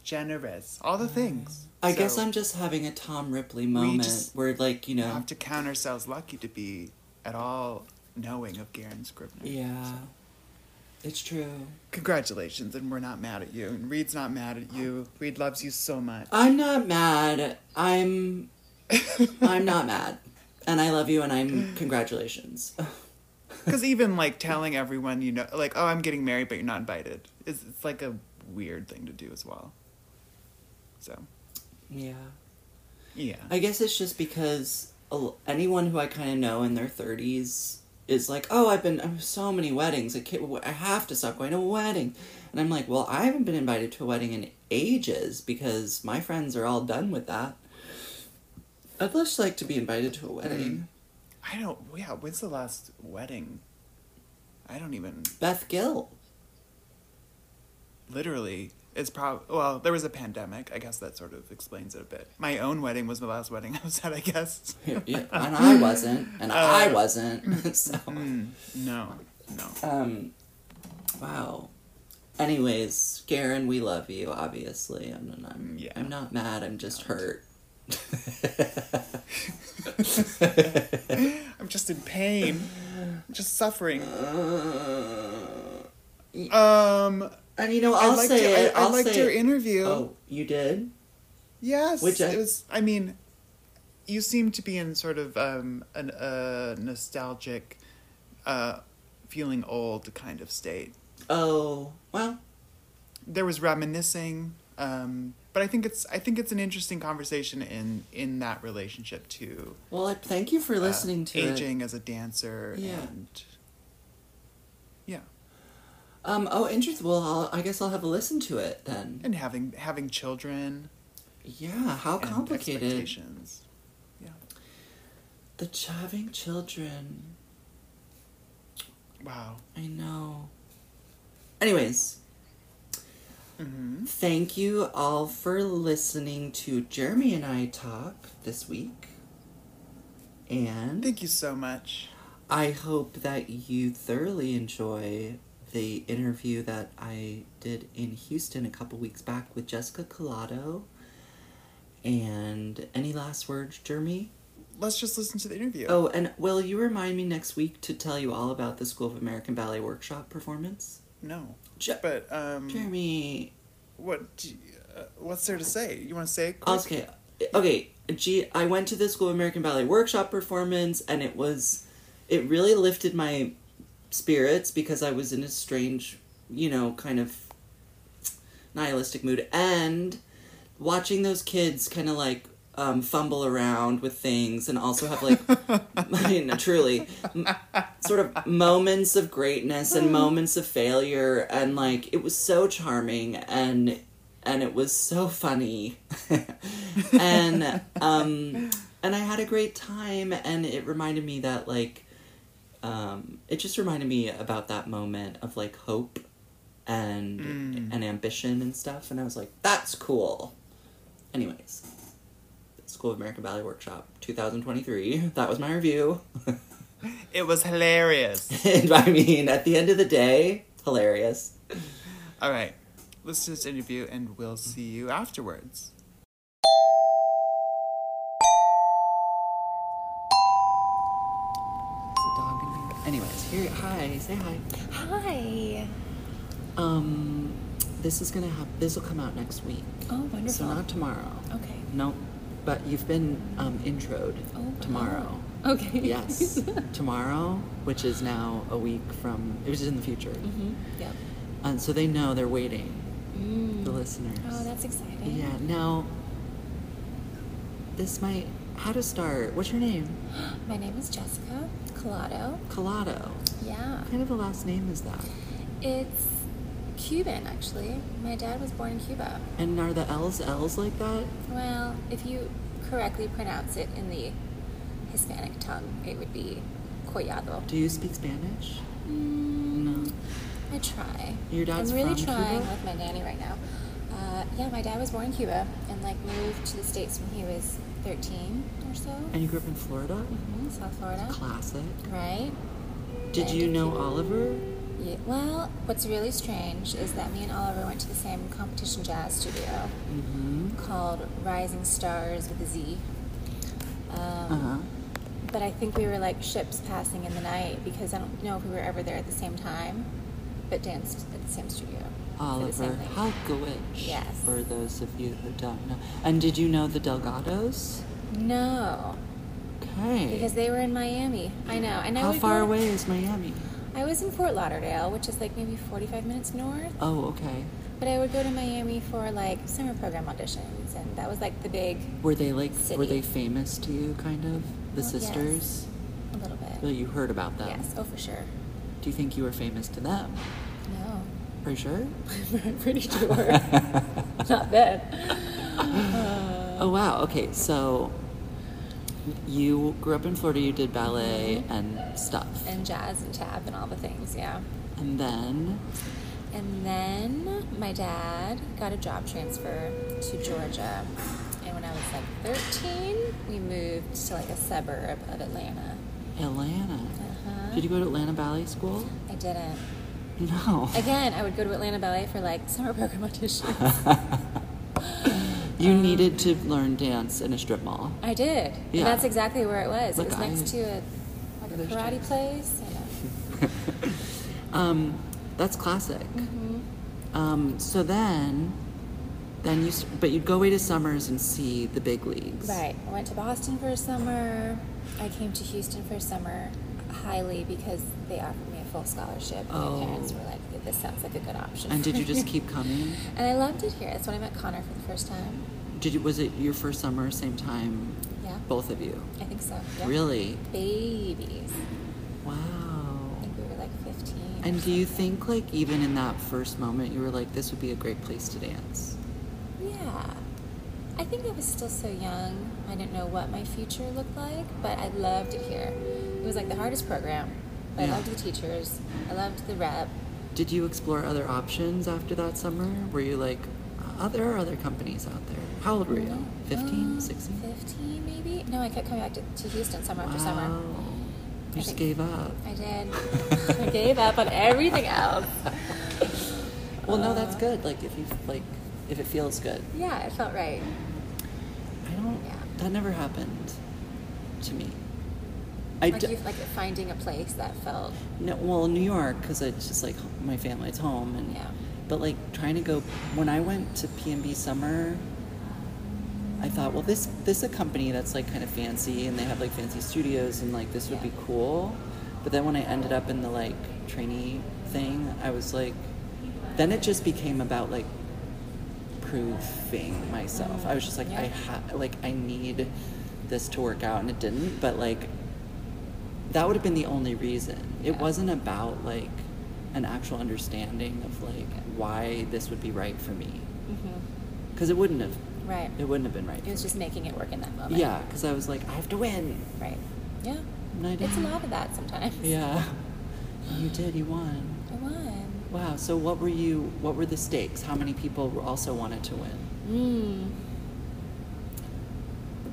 Speaker 3: generous, all the things.
Speaker 2: I
Speaker 3: So
Speaker 2: guess I'm just having a Tom Ripley moment
Speaker 3: just
Speaker 2: where, like, you
Speaker 3: We
Speaker 2: know,
Speaker 3: have to count ourselves lucky to be at all knowing of Garen Scribner.
Speaker 2: yeah, it's true.
Speaker 3: Congratulations, and we're not mad at you. And Reed's not mad at you. Reed loves you so much.
Speaker 2: I'm not mad. I'm, I'm not mad, and I love you, and I'm congratulations.
Speaker 3: Because even like telling everyone you know, like, oh, I'm getting married, but you're not invited, is it's like a weird thing to do as well. So,
Speaker 2: yeah,
Speaker 3: yeah.
Speaker 2: I guess it's just because a l- anyone who I kind of know in their thirties is like, oh, I've been I'm so many weddings. I can't, I have to stop going to a wedding, and I'm like, well, I haven't been invited to a wedding in ages because my friends are all done with that. I'd just like to be invited to a wedding.
Speaker 3: I don't. Yeah, when's the last wedding? I don't even.
Speaker 2: Beth Gill.
Speaker 3: Literally, it's probably. Well, there was a pandemic. I guess that sort of explains it a bit. My own wedding was the last wedding I was at. I guess.
Speaker 2: Yeah, and I wasn't,
Speaker 3: Uh.
Speaker 2: and I wasn't. so,
Speaker 3: Mm-hmm. Mm, No, no.
Speaker 2: um, wow. Anyways, Garen, we love you. Obviously, and, and I'm
Speaker 3: Yeah.
Speaker 2: I'm not mad. I'm just hurt.
Speaker 3: I'm just in pain. I'm just suffering.
Speaker 2: Uh,
Speaker 3: Um,
Speaker 2: And you know,
Speaker 3: I
Speaker 2: I'll
Speaker 3: liked
Speaker 2: say
Speaker 3: your,
Speaker 2: it.
Speaker 3: I, I
Speaker 2: I'll
Speaker 3: liked
Speaker 2: say
Speaker 3: your
Speaker 2: it.
Speaker 3: interview.
Speaker 2: Oh, you did.
Speaker 3: Yes,
Speaker 2: Which I-
Speaker 3: it was. I mean, you seem to be in sort of um, an uh, nostalgic, uh, feeling old kind of state.
Speaker 2: Oh, well,
Speaker 3: There was reminiscing, um, but I think it's I think it's an interesting conversation in in that relationship to
Speaker 2: well. I, thank you for
Speaker 3: uh,
Speaker 2: listening to it.
Speaker 3: aging as a dancer
Speaker 2: Yeah.
Speaker 3: and yeah,
Speaker 2: Um. Oh, interesting. Well, I'll, I guess I'll have a listen to it then.
Speaker 3: and having having children
Speaker 2: Yeah. How
Speaker 3: and
Speaker 2: complicated.
Speaker 3: expectations.
Speaker 2: The ch- having children.
Speaker 3: Wow.
Speaker 2: I know. Anyways,
Speaker 3: Mm-hmm.
Speaker 2: thank you all for listening to Jeremy and I talk this week. And
Speaker 3: Thank you so much.
Speaker 2: I hope that you thoroughly enjoy the interview that I did in Houston a couple weeks back with Jessica Collado. And any last words, Jeremy?
Speaker 3: Let's just listen to the interview.
Speaker 2: Oh, and will you remind me next week to tell you all about the School of American Ballet workshop performance?
Speaker 3: No.
Speaker 2: Je-
Speaker 3: But um,
Speaker 2: Jeremy.
Speaker 3: what do you- uh, what's there to say? You want to say? It quick?
Speaker 2: Okay. Okay. Gee, I went to the School of American Ballet workshop performance, and it was, it really lifted my spirits because I was in a strange, you know, kind of nihilistic mood. And watching those kids kind of like um, fumble around with things and also have like, I mean, truly, m- sort of moments of greatness and moments of failure. And like, it was so charming and, and it was so funny. and, um, and I had a great time. And it reminded me that like, um, it just reminded me about that moment of like hope and and ambition and stuff and i was like that's cool anyways school of american ballet workshop 2023 that was my review
Speaker 3: It was hilarious.
Speaker 2: and i mean at the end of the day hilarious
Speaker 3: All right, let's just interview, and we'll see you afterwards.
Speaker 2: It's a dog in here. anyways here hi say hi
Speaker 4: Hi.
Speaker 2: um this is gonna have this will come out next week
Speaker 4: Oh, wonderful.
Speaker 2: so not tomorrow
Speaker 4: okay.
Speaker 2: no but you've been um introed
Speaker 4: Oh,
Speaker 2: tomorrow
Speaker 4: Okay. Mm-hmm.
Speaker 2: yes tomorrow which is now a week from it was in the future
Speaker 4: hmm Yep.
Speaker 2: And so they know they're waiting,
Speaker 4: Mm.
Speaker 2: the listeners.
Speaker 4: Oh, that's exciting.
Speaker 2: Yeah, now, this might. How to start? What's your name?
Speaker 4: My name is Jessica Collado.
Speaker 2: Colado.
Speaker 4: Yeah.
Speaker 2: What kind of a last name is that?
Speaker 4: It's Cuban, actually. My dad was born in Cuba.
Speaker 2: And are the L's L's like that?
Speaker 4: Well, if you correctly pronounce it in the Hispanic tongue, it would be Collado.
Speaker 2: Do you speak Spanish?
Speaker 4: Mm,
Speaker 2: No.
Speaker 4: I try.
Speaker 2: Your dad's
Speaker 4: I'm really
Speaker 2: from
Speaker 4: trying
Speaker 2: Cuba?
Speaker 4: with my nanny right now. Uh, yeah, my dad was born in Cuba and like moved to the states when he was 13 or so.
Speaker 2: And you grew up in Florida?
Speaker 4: hmm South Florida,
Speaker 2: Classic.
Speaker 4: right?
Speaker 2: Did you know Oliver?
Speaker 4: Yeah. Well, what's really strange is that me and Oliver went to the same competition jazz studio Mm-hmm. called Rising Stars with a Z. Um,
Speaker 2: Uh-huh.
Speaker 4: But I think we were like ships passing in the night because I don't know if we were ever there at the same time, but danced at the same studio. for the same
Speaker 2: Oliver
Speaker 4: thing.
Speaker 2: Halkowicz.
Speaker 4: Yes.
Speaker 2: For those of you who don't know. And did you know the Delgados?
Speaker 4: No,
Speaker 2: Okay.
Speaker 4: because they were in Miami. I know. I know.
Speaker 2: How
Speaker 4: we
Speaker 2: far
Speaker 4: go-
Speaker 2: away is Miami?
Speaker 4: I was in Fort Lauderdale, which is like maybe 45 minutes north.
Speaker 2: Oh, okay.
Speaker 4: But I would go to Miami for like summer program auditions, and that was like the big
Speaker 2: Were they like were
Speaker 4: City.
Speaker 2: they famous to you kind of? The
Speaker 4: Well, yes.
Speaker 2: sisters?
Speaker 4: a little bit.
Speaker 2: Well, you heard about them.
Speaker 4: Yes, oh for sure.
Speaker 2: Do you think you were famous to them?
Speaker 4: No,
Speaker 2: For sure?
Speaker 4: I'm pretty sure. Not bad. Uh,
Speaker 2: Oh wow. Okay, so you grew up in Florida. You did ballet and stuff,
Speaker 4: Mm-hmm. And jazz and tap and all the things, yeah.
Speaker 2: and then
Speaker 4: And then my dad got a job transfer to Georgia, and when I was like 13, we moved to like a suburb of Atlanta.
Speaker 2: Atlanta.
Speaker 4: Uh-huh.
Speaker 2: Did you go to Atlanta Ballet School?
Speaker 4: I didn't.
Speaker 2: No.
Speaker 4: Again, I would go to Atlanta Ballet for like summer program auditions.
Speaker 2: you needed to learn dance in a strip mall.
Speaker 4: I did. And
Speaker 2: Yeah.
Speaker 4: That's exactly where it was.
Speaker 2: Look,
Speaker 4: it was
Speaker 2: I-
Speaker 4: next to a, like a
Speaker 2: Those
Speaker 4: karate
Speaker 2: times.
Speaker 4: place. And a,
Speaker 2: Um, that's classic.
Speaker 4: Mm-hmm.
Speaker 2: Um, so then, then you s- but you'd go away to summers and see the big leagues.
Speaker 4: right. I went to Boston for a summer. I came to Houston for a summer highly because they offered me a full scholarship. And
Speaker 2: Oh.
Speaker 4: My parents were like, this sounds like a good option.
Speaker 2: And did you
Speaker 4: for
Speaker 2: just keep coming?
Speaker 4: And I loved it here. That's when I met Connor for the first time.
Speaker 2: Did you, was it your first summer, same time?
Speaker 4: Yeah.
Speaker 2: Both of you.
Speaker 4: I think so. Yeah.
Speaker 2: Really?
Speaker 4: Babies.
Speaker 2: Wow.
Speaker 4: I think we were like 15.
Speaker 2: And do you think, like, even in that first moment, you were like, this would be a great place to dance?
Speaker 4: Yeah. I think I was still so young. I didn't know what my future looked like, but I loved it here. It was like the hardest program.
Speaker 2: Yeah.
Speaker 4: But I loved the teachers. I loved the rep.
Speaker 2: Did you explore other options after that summer? Were you like, oh, there are other companies out there? How old were you? 15,
Speaker 4: Uh,
Speaker 2: 16?
Speaker 4: 15 maybe? No, I kept coming back to, to Houston summer after
Speaker 2: Wow.
Speaker 4: summer.
Speaker 2: You just
Speaker 4: think-
Speaker 2: gave up.
Speaker 4: I did. I gave up on everything else.
Speaker 2: Well, no, that's good. Like, if you, like, if it feels good.
Speaker 4: Yeah, it felt right.
Speaker 2: I don't,
Speaker 4: Yeah.
Speaker 2: that never happened to me. I
Speaker 4: like
Speaker 2: d-
Speaker 4: you like finding a place that felt
Speaker 2: No, well, New York, because it's just like my family, it's home, and
Speaker 4: Yeah.
Speaker 2: but like trying to go when I went to PMB summer, I thought, well, this this is a company that's like kind of fancy, and they have like fancy studios, and like this would be
Speaker 4: Yeah.
Speaker 2: cool. But then when I ended up in the like trainee thing, I was like, then it just became about like proving myself. I was just like, I ha- like I need this to work out, and it didn't. But like, that would have been the only reason. It wasn't about like an actual understanding of like why this would be right for me, because it wouldn't have.
Speaker 4: right.
Speaker 2: Mm-hmm. It wouldn't have been right.
Speaker 4: It was just making it work in that moment.
Speaker 2: yeah, because I was like, I have to win.
Speaker 4: Right. Yeah.
Speaker 2: And I
Speaker 4: It's a
Speaker 2: didn't.
Speaker 4: lot of that sometimes.
Speaker 2: Yeah, you did. You won.
Speaker 4: I won.
Speaker 2: Wow. So what were you? What were the stakes? How many people also wanted to win?
Speaker 4: Mm.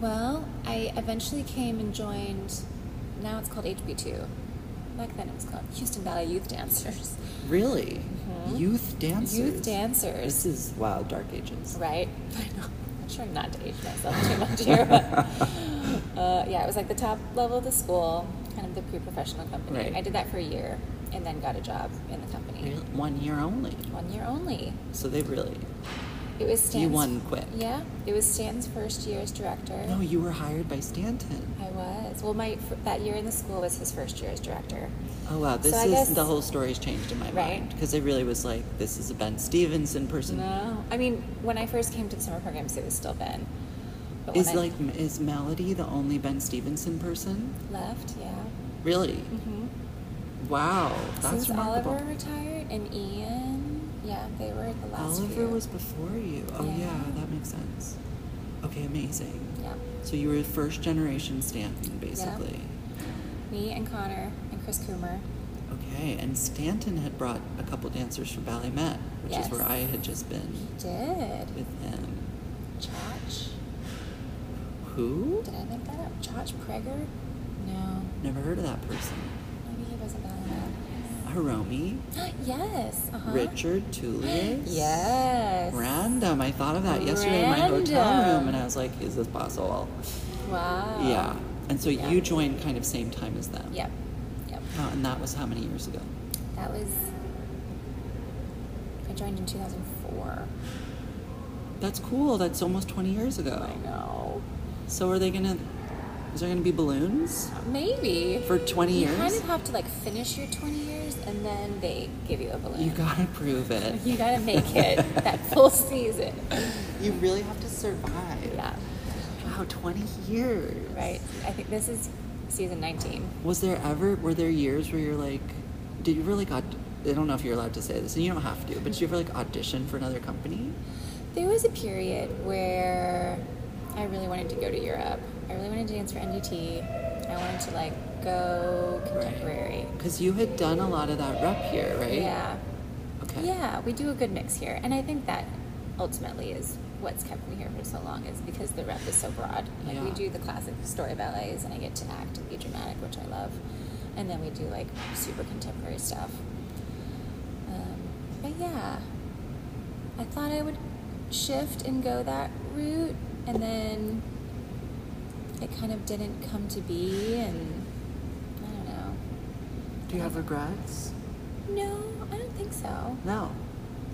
Speaker 4: Well, I eventually came and joined. Now it's called HB2. Back then it was called Houston Valley Youth Dancers.
Speaker 2: Really? Youth dancers.
Speaker 4: Mm-hmm. Youth dancers.
Speaker 2: This is wow, dark ages.
Speaker 4: Right? I know. I'm trying not to age myself too much here. But, uh, yeah, it was like the top level of the school, kind of the pre professional company.
Speaker 2: Right.
Speaker 4: I did that for a year and then got a job in the company.
Speaker 2: Really? One year only.
Speaker 4: One year only.
Speaker 2: So they really.
Speaker 4: It was Stan's.
Speaker 2: won quick.
Speaker 4: Yeah, it was Stan's first year as director.
Speaker 2: No, you were hired by Stanton.
Speaker 4: I was. Well, my f- that year in the school was his first year as director.
Speaker 2: Oh wow, this
Speaker 4: I
Speaker 2: is
Speaker 4: guess-
Speaker 2: the whole story's changed in my
Speaker 4: Right.
Speaker 2: mind because it really was like this is a Ben Stevenson person.
Speaker 4: No, I mean when I first came to the summer programs, it was still Ben. But
Speaker 2: Is
Speaker 4: when I
Speaker 2: like is Melody the only Ben Stevenson person? Mm-hmm.
Speaker 4: left, yeah,
Speaker 2: Really?
Speaker 5: Wow, that's
Speaker 4: Since
Speaker 5: remarkable.
Speaker 4: Oliver retired and Ian, yeah, they were the last.
Speaker 2: Oliver
Speaker 4: few.
Speaker 2: was before you. Oh yeah.
Speaker 4: Yeah.
Speaker 2: that makes sense. Okay, amazing.
Speaker 4: Yeah,
Speaker 2: So you were first generation Stanton, basically.
Speaker 4: me and Connor and Chris Coomer.
Speaker 2: Okay, and Stanton had brought a couple dancers from Ballet Met, which
Speaker 4: Yes.
Speaker 2: is where I had just been
Speaker 4: Did
Speaker 2: with him.
Speaker 4: Chach?
Speaker 2: Who?
Speaker 4: Did I make that up? Chach Prager? No,
Speaker 2: Never heard of that person.
Speaker 4: maybe he wasn't that.
Speaker 2: Hiromi?
Speaker 4: yes. Uh huh.
Speaker 2: Richard Tullius?
Speaker 4: Yes.
Speaker 2: Random. I thought of that yesterday in my hotel
Speaker 4: Random.
Speaker 2: room and I was like, is this possible?
Speaker 4: Wow.
Speaker 2: yeah. And so
Speaker 4: Uh, Yeah.
Speaker 2: you joined kind of same time as them.
Speaker 4: Yep. Yep.
Speaker 2: Oh, and that was how many years ago?
Speaker 4: That was. I joined in 2004.
Speaker 2: That's cool. That's almost 20 years ago.
Speaker 4: I know.
Speaker 2: So are they gonna? Is there gonna be balloons?
Speaker 4: Maybe.
Speaker 2: For 20
Speaker 4: you
Speaker 2: years?
Speaker 4: kind of have to like finish your 20 years and then they give you a balloon.
Speaker 2: You gotta prove it.
Speaker 4: You gotta make it that full season.
Speaker 2: You really have to survive.
Speaker 4: Yeah.
Speaker 2: Wow, 20 years.
Speaker 4: Right. I think this is season 19.
Speaker 2: Was there ever? Were there years where you're like, did you really got? I don't know if you're allowed to say this, and you don't have to. But did you ever like audition for another company?
Speaker 4: There was a period where I really wanted to go to Europe. I really wanted to dance for NDT. I wanted to like go contemporary.
Speaker 2: Because you had done a lot of that rep here, right?
Speaker 4: Yeah.
Speaker 2: Okay.
Speaker 4: Yeah, we do a good mix here. And I think that ultimately is what's kept me here for so long is because the rep is so broad. Like we
Speaker 2: Yeah.
Speaker 4: do the classic story ballets and I get to act and be dramatic, which I love. And then we do like super contemporary stuff. Um, but yeah, I thought I would shift and go that route and then it kind of didn't come to be and I don't know.
Speaker 2: Do you have regrets?
Speaker 4: No, I don't think so.
Speaker 2: No.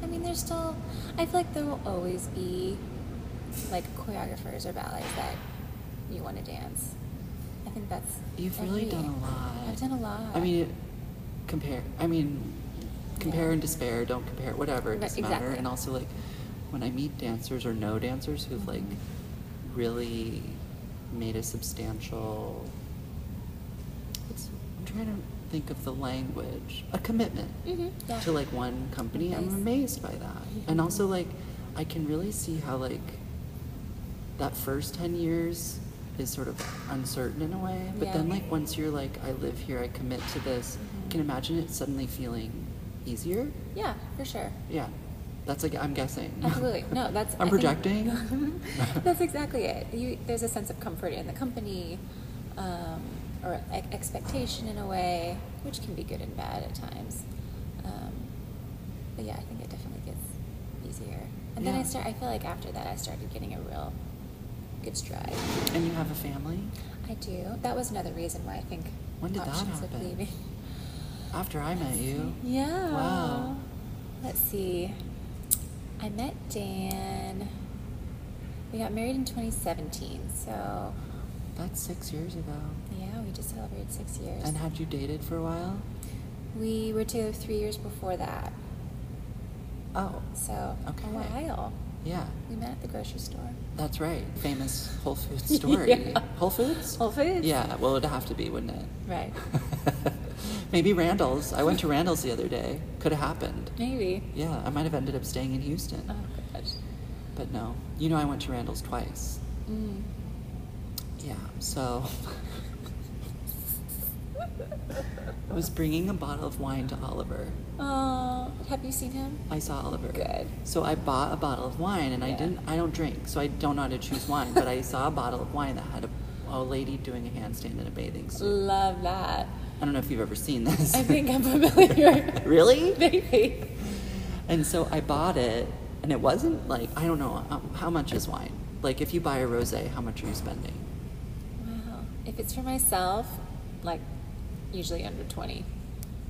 Speaker 4: I mean, there's still. I feel like there will always be, like choreographers or ballets that you want to dance. I think that's.
Speaker 2: You've really
Speaker 4: every-
Speaker 2: done a lot.
Speaker 4: I've done a lot.
Speaker 2: I mean, it- compare. I mean, compare and despair. Don't compare. Whatever. It
Speaker 4: Right,
Speaker 2: doesn't matter.
Speaker 4: exactly.
Speaker 2: And also, like, when I meet dancers or no dancers who've like really made a substantial. It's, I'm trying to think of the language. A commitment
Speaker 4: Mhm, yeah.
Speaker 2: to like one company. I'm
Speaker 4: Nice.
Speaker 2: amazed by that. And also, like, I can really see how like that first 10 years is sort of uncertain in a way but
Speaker 4: Yeah. Mm-hmm.
Speaker 2: then like once you're like i live here i commit to this I can imagine it suddenly feeling easier
Speaker 4: Yeah, for sure.
Speaker 2: yeah that's like i'm guessing
Speaker 4: Absolutely. No, that's.
Speaker 2: i'm
Speaker 4: I think-
Speaker 2: projecting
Speaker 4: that's exactly it. You, there's a sense of comfort in the company, um, or e- expectation in a way, which can be good and bad at times. Um, but yeah, I think it definitely gets easier. And then I
Speaker 2: Yeah.
Speaker 4: start. I feel like after that, I started getting a real good stride.
Speaker 2: and you have a family
Speaker 4: I do. That was another reason why I think
Speaker 2: When did that
Speaker 4: options of
Speaker 2: happen?
Speaker 4: leaving.
Speaker 2: after i met you
Speaker 4: Yeah.
Speaker 2: wow
Speaker 4: Let's see. I met Dan. We got married in 2017, so
Speaker 2: that's six years ago
Speaker 4: yeah, we just celebrated six years.
Speaker 2: and had you dated for a while
Speaker 4: we were together three years before that,
Speaker 2: oh
Speaker 4: so
Speaker 2: Okay.
Speaker 4: a while.
Speaker 2: yeah
Speaker 4: We met at the grocery store.
Speaker 2: that's right famous whole foods story
Speaker 4: Yeah.
Speaker 2: whole foods
Speaker 4: Whole Foods.
Speaker 2: yeah well it'd have to be wouldn't it
Speaker 4: Right.
Speaker 2: Maybe Randall's. I went to Randall's the other day. Could have happened.
Speaker 4: Maybe.
Speaker 2: Yeah, I might have ended up staying in Houston.
Speaker 4: Oh gosh.
Speaker 2: But no. You know, I went to Randall's twice.
Speaker 4: Mm.
Speaker 2: Yeah, so. I was bringing a bottle of wine to Oliver.
Speaker 4: Oh, have you seen him?
Speaker 2: I saw Oliver.
Speaker 4: Good.
Speaker 2: So I bought a bottle of wine, and I
Speaker 4: Yeah.
Speaker 2: didn't. I don't drink, so I don't know how to choose wine. but I saw a bottle of wine that had a, a lady doing a handstand in a bathing suit.
Speaker 4: Love that.
Speaker 2: I don't know if you've ever seen this.
Speaker 4: I think I'm familiar.
Speaker 2: really?
Speaker 4: Maybe.
Speaker 2: And so I bought it, and it wasn't like I don't know um, how much is wine. Like if you buy a rosé, how much are you spending?
Speaker 4: Wow. If it's for myself, like usually under 20.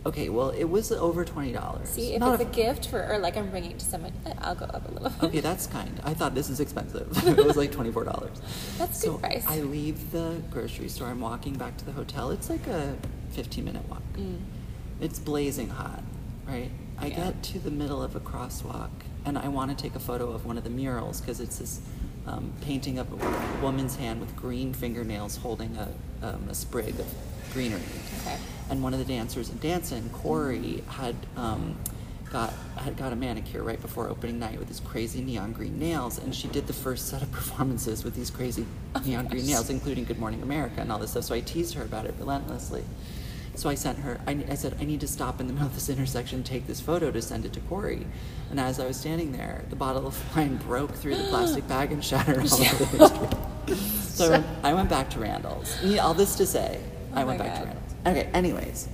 Speaker 2: Okay, well it was over twenty dollars.
Speaker 4: See, if it's a gift for, or like I'm bringing it to someone, I- I'll go up a little.
Speaker 2: Okay, that's kind. I thought this is expensive. it was like twenty four dollars.
Speaker 4: That's
Speaker 2: so
Speaker 4: good price.
Speaker 2: I leave the grocery store. I'm walking back to the hotel. It's like a fifteen minute walk. It's blazing hot, right? I
Speaker 4: Mm. Yeah.
Speaker 2: get to the middle of a crosswalk, and I want to take a photo of one of the murals because it's this um, painting of a woman's hand with green fingernails holding a, um, a sprig of greenery.
Speaker 4: Okay.
Speaker 2: and one of the dancers in dancing, Corey, had um, got had got a manicure right before opening night with his crazy neon green nails, and she did the first set of performances with these crazy neon green nails, including Good Morning America and all this stuff. So I teased her about it relentlessly. So I sent her. I, I said I need to stop in the middle of this intersection, take this photo to send it to Corey. And as I was standing there, the bottle of wine broke through the plastic bag and shattered all over the street. So I went- I went back to Randall's. Yeah, All this to say, I
Speaker 4: Oh
Speaker 2: went
Speaker 4: my
Speaker 2: back to
Speaker 4: God.
Speaker 2: Randall's. Okay, anyways.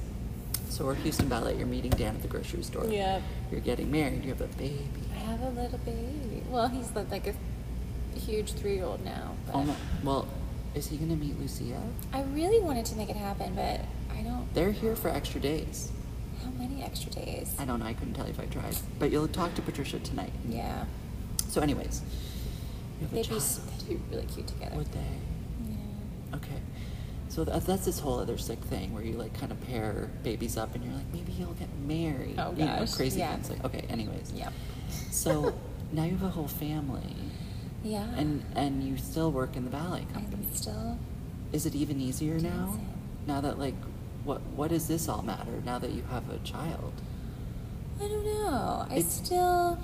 Speaker 2: So we're Houston Ballet. You're meeting Dan at the grocery store.
Speaker 4: Yep.
Speaker 2: You're getting married. You have a baby.
Speaker 4: I have a little baby. Well, he's li- like a huge three-year-old now. But
Speaker 2: Oh my, well, is he going to meet Lucia?
Speaker 4: I really wanted to make it happen, but I don't.
Speaker 2: They're here for extra days.
Speaker 4: How many extra days?
Speaker 2: I don't know. I couldn't tell you if I tried. But you'll talk to Patricia tonight.
Speaker 4: Yeah,
Speaker 2: So, anyways, you have a
Speaker 4: they'd be,
Speaker 2: child.
Speaker 4: s- they'd be really cute together.
Speaker 2: Would they?
Speaker 4: Yeah.
Speaker 2: Okay. So tha- that's this whole other sick thing where you like kind of pair babies up and you're like, maybe he'll get married.
Speaker 4: Oh,
Speaker 2: You know,
Speaker 4: gosh.
Speaker 2: crazy
Speaker 4: Yeah.
Speaker 2: things. Like, okay, anyways.
Speaker 4: Yep.
Speaker 2: So now you have a whole family
Speaker 4: Yeah.
Speaker 2: and and you still work in the ballet company.
Speaker 4: I'm still.
Speaker 2: Is it even easier now?
Speaker 4: Dancing.
Speaker 2: Now that like what what does this all matter now that you have a child?
Speaker 4: I don't know. I
Speaker 2: It's-
Speaker 4: still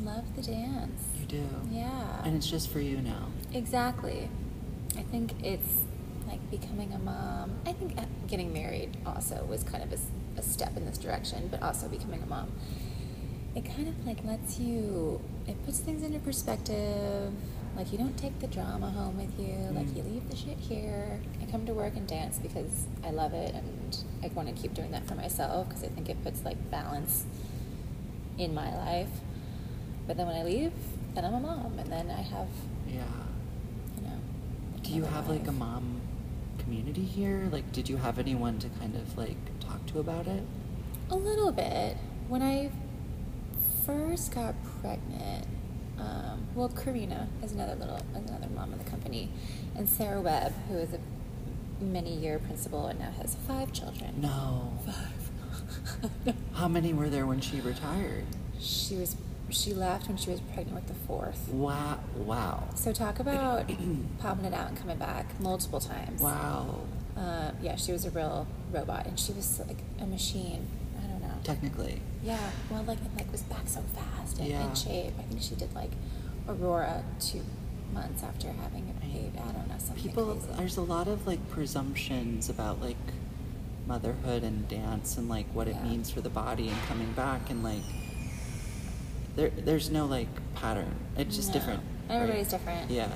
Speaker 4: love the dance.
Speaker 2: You do.
Speaker 4: Yeah.
Speaker 2: And it's just for you now.
Speaker 4: Exactly. I think it's like becoming a mom. I think uh, getting married also was kind of a, s- a step in this direction, but also becoming a mom. It kind of like lets you, it puts things into perspective. Like you don't take the drama home with you. Like
Speaker 2: Mm.
Speaker 4: you leave the shit here. I come to work and dance because I love it and I want to keep doing that for myself because I think it puts like balance in my life. But then when I leave, then I'm a mom and then I have
Speaker 2: Yeah.
Speaker 4: you know.
Speaker 2: Do you
Speaker 4: another
Speaker 2: have like a
Speaker 4: life.
Speaker 2: mom community here? Like did you have anyone to kind of like talk to about it?
Speaker 4: A little bit. When I first got pregnant, um, well, Karina is another little, is another mom in the company, and Sarah Webb, who is a many-year principal and now has five children.
Speaker 2: No.
Speaker 4: Five.
Speaker 2: How many were there when she retired?
Speaker 4: she was. She left when she was pregnant with the fourth.
Speaker 2: Wow. Wow.
Speaker 4: So talk about popping it out and coming back multiple times.
Speaker 2: Wow.
Speaker 4: Uh, yeah, she was a real robot, and she was like a machine. I don't know.
Speaker 2: Technically.
Speaker 4: Yeah, well, like it like was back so fast and
Speaker 2: Yeah.
Speaker 4: in shape. I think she did like Aurora two months after having a baby. I don't know something.
Speaker 2: People,
Speaker 4: crazy.
Speaker 2: there's a lot of like presumptions about like motherhood and dance and like what it
Speaker 4: Yeah.
Speaker 2: means for the body and coming back and like there, there's no like pattern. It's just
Speaker 4: No.
Speaker 2: different. right?
Speaker 4: Everybody's different.
Speaker 2: Yeah.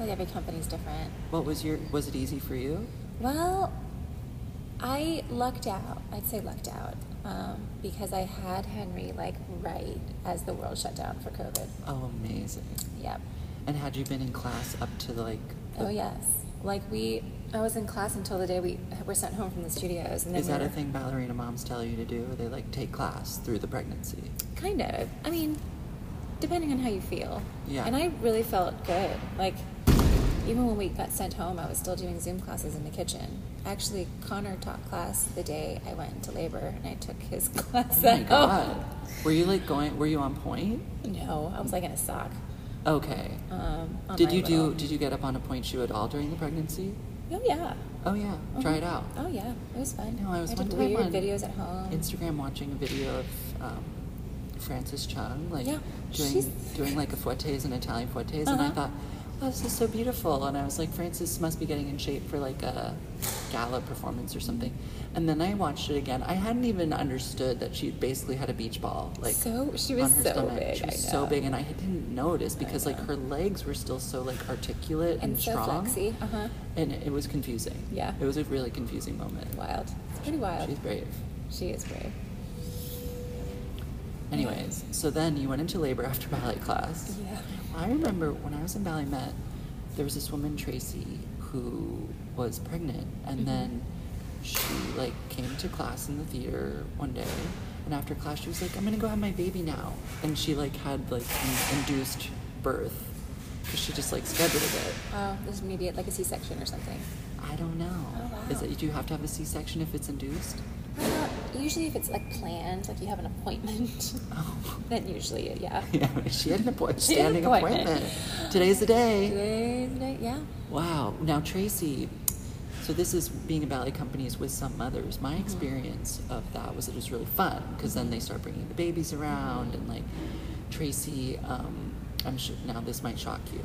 Speaker 4: like every company's different.
Speaker 2: What was your? Was it easy for you?
Speaker 4: Well, I lucked out. I'd say lucked out um, because I had Henry like right as the world shut down for COVID.
Speaker 2: Oh, amazing.
Speaker 4: Yep.
Speaker 2: And had you been in class up to like? the-
Speaker 4: Oh yes. Like we, I was in class until the day we were sent home from the studios, and then
Speaker 2: Is
Speaker 4: we
Speaker 2: that a
Speaker 4: were-
Speaker 2: thing ballerina moms tell you to do? They like take class through the pregnancy.
Speaker 4: Kind of. I mean, depending on how you feel.
Speaker 2: Yeah.
Speaker 4: And I really felt good. Like, even when we got sent home, I was still doing Zoom classes in the kitchen. Actually, Connor taught class the day I went into labor, and I took his class.
Speaker 2: Oh my
Speaker 4: at home.
Speaker 2: god. Were you like going? Were you on point?
Speaker 4: No, I was like in a sock.
Speaker 2: Okay.
Speaker 4: Um, on
Speaker 2: Did
Speaker 4: my
Speaker 2: you do?
Speaker 4: little-
Speaker 2: Did you get up on a point shoe at all during the pregnancy?
Speaker 4: Oh yeah.
Speaker 2: Oh yeah, try it
Speaker 4: Mhm.
Speaker 2: out.
Speaker 4: Oh yeah, it was fun.
Speaker 2: No, I was one
Speaker 4: did
Speaker 2: time
Speaker 4: weird
Speaker 2: on
Speaker 4: videos at home.
Speaker 2: Instagram watching a video of um, Frances Chung, like
Speaker 4: Yeah,
Speaker 2: doing
Speaker 4: she's-
Speaker 2: doing like a fouettes and Italian fouettes, and I
Speaker 4: Uh-huh.
Speaker 2: thought, oh, this is so beautiful. And I was like, Frances must be getting in shape for like a gala performance or
Speaker 4: Mm-hmm.
Speaker 2: something. And then I watched it again. I hadn't even understood that she basically had a beach ball, like
Speaker 4: So- she was
Speaker 2: on her
Speaker 4: so
Speaker 2: stomach.
Speaker 4: big,
Speaker 2: She was
Speaker 4: I
Speaker 2: so
Speaker 4: know.
Speaker 2: big, and I didn't notice because like
Speaker 4: know.
Speaker 2: her legs were still so like articulate and,
Speaker 4: And so
Speaker 2: strong,
Speaker 4: flexy, uh-huh.
Speaker 2: and it was confusing.
Speaker 4: Yeah.
Speaker 2: it was a really confusing moment.
Speaker 4: Wild. It's pretty wild.
Speaker 2: She's brave.
Speaker 4: She is brave.
Speaker 2: Anyways, so then you went into labor after ballet class.
Speaker 4: Yeah.
Speaker 2: I remember when I was in ballet met, there was this woman Tracy who was pregnant,
Speaker 4: Mm-hmm.
Speaker 2: and then she like came to class in the theater one day, and after class she was like, "I'm gonna go have my baby now," and she like had like an induced birth because she just like scheduled it.
Speaker 4: Oh, there's maybe like a C-section or something.
Speaker 2: I don't know.
Speaker 4: Oh, wow.
Speaker 2: Is it do you have to have a C-section if it's induced?
Speaker 4: Uh, usually, if it's like planned, like you have an appointment,
Speaker 2: Oh.
Speaker 4: then usually, yeah.
Speaker 2: Yeah, she had an appointment.
Speaker 4: She had an
Speaker 2: Standing
Speaker 4: appointment.
Speaker 2: appointment. Today's the day.
Speaker 4: Today's the day- yeah.
Speaker 2: Wow. Now, Tracy, so so this is being a ballet company is with some mothers.
Speaker 4: Mm-hmm.
Speaker 2: My experience of that was it was really fun because then they start bringing the babies around and like Tracy. Um, I'm sure now this might shock you.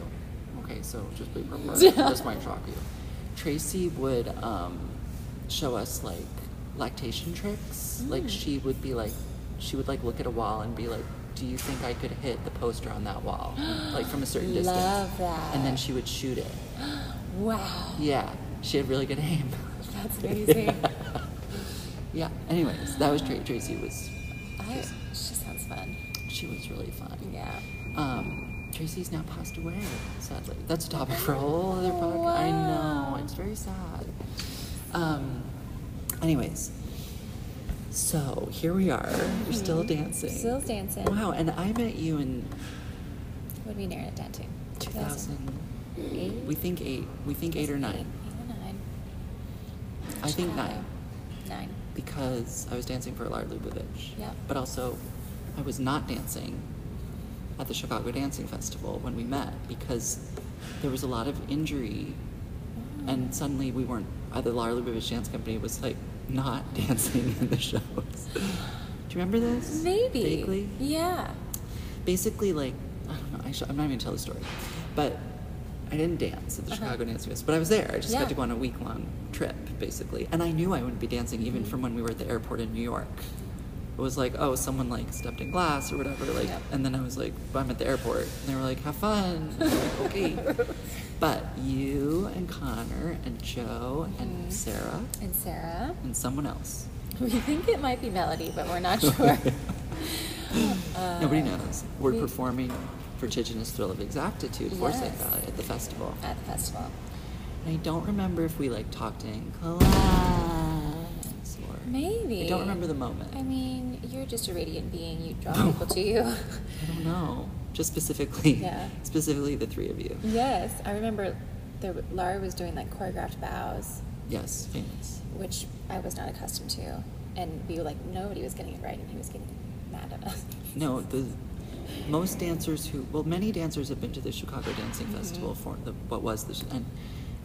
Speaker 2: Okay, so just be prepared. this might shock you. Tracy would um, show us like lactation tricks.
Speaker 4: Mm.
Speaker 2: Like she would be like, she would like look at a wall and be like, "Do you think I could hit the poster on that wall?" like from a certain distance.
Speaker 4: Love that.
Speaker 2: And then she would shoot it.
Speaker 4: Wow.
Speaker 2: Yeah, she had really good aim.
Speaker 4: That's amazing.
Speaker 2: yeah. Anyways, that was Tra- Tracy was
Speaker 4: I, she sounds fun.
Speaker 2: she was really fun.
Speaker 4: Yeah.
Speaker 2: Um, Tracy's now passed away. Sadly, that's a topic for a whole other
Speaker 4: Oh,
Speaker 2: podcast. I know it's very sad. Um, anyways, so here we are. You're still dancing.
Speaker 4: Mm-hmm. Still dancing.
Speaker 2: Wow, and I met you in
Speaker 4: Would we narrow it down to?
Speaker 2: 2000.
Speaker 4: Eight?
Speaker 2: We think eight. We think eight or nine.
Speaker 4: Eight or nine.
Speaker 2: I think
Speaker 4: Chicago.
Speaker 2: nine.
Speaker 4: Nine.
Speaker 2: because I was dancing for Lar Lubavitch.
Speaker 4: Yeah.
Speaker 2: But also, I was not dancing at the Chicago Dancing Festival when we met because there was a lot of injury, and suddenly we weren't. uh, The Lar Lubavitch Dance Company was like not dancing in the shows. Do you remember this?
Speaker 4: Maybe.
Speaker 2: Vaguely
Speaker 4: Yeah.
Speaker 2: basically like I don't know. I should, I'm not even gonna tell the story, but I didn't dance at the Chicago Dance Fest, but I was there. I just
Speaker 4: Uh-huh. Yeah.
Speaker 2: got to go on a week long trip basically, and I knew I wouldn't be dancing even
Speaker 4: Mm-hmm.
Speaker 2: from when we were at the airport in New York. It was like oh someone like stepped in glass or whatever like,
Speaker 4: Yep.
Speaker 2: and then I was like but I'm at the airport and they were like have fun. I was like, okay, but you and Connor and Joe
Speaker 4: Mm-hmm.
Speaker 2: and Sarah
Speaker 4: And Sarah.
Speaker 2: and someone else.
Speaker 4: We think it might be Melody, but we're not sure. Um,
Speaker 2: Nobody knows. We're
Speaker 4: Uh, we-
Speaker 2: performing Vertiginous Thrill of Exactitude, Forsyth
Speaker 4: Yes.
Speaker 2: Valley, at the festival.
Speaker 4: at the festival.
Speaker 2: And I don't remember if we like talked in class or
Speaker 4: Maybe.
Speaker 2: Uh, I don't remember the moment.
Speaker 4: I mean, you're just a radiant being. You draw people to you.
Speaker 2: I don't know. Just specifically,
Speaker 4: Yeah.
Speaker 2: specifically the three of you.
Speaker 4: yes, I remember. The, Lara was doing like choreographed bows,
Speaker 2: Yes, famous.
Speaker 4: which I was not accustomed to, and we were like nobody was getting it right, and he was getting mad at us.
Speaker 2: No, the most dancers who well, many dancers have been to the Chicago Dancing
Speaker 4: Mm-hmm.
Speaker 2: Festival for the what was the and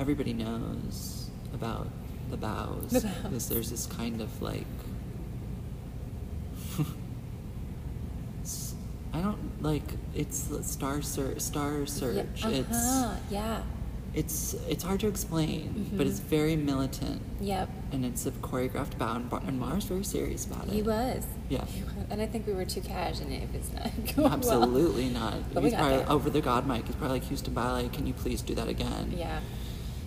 Speaker 2: everybody knows about the bows
Speaker 4: The
Speaker 2: because there's this kind of like s- I don't like it's the star ser- star search.
Speaker 4: uh-huh, yeah,
Speaker 2: It's it's it's hard to explain, but it's
Speaker 4: Mm-hmm.
Speaker 2: very militant
Speaker 4: yep.
Speaker 2: and it's a choreographed bow and, Bar- and Mara's very serious about it.
Speaker 4: He was.
Speaker 2: Yeah.
Speaker 4: He was. And I think we were too cash, and it was not going well.
Speaker 2: Absolutely not.
Speaker 4: But we
Speaker 2: he's
Speaker 4: got
Speaker 2: probably
Speaker 4: there.
Speaker 2: over the god mic. He's probably like Houston Ballet. Can you please do that again?
Speaker 4: Yeah,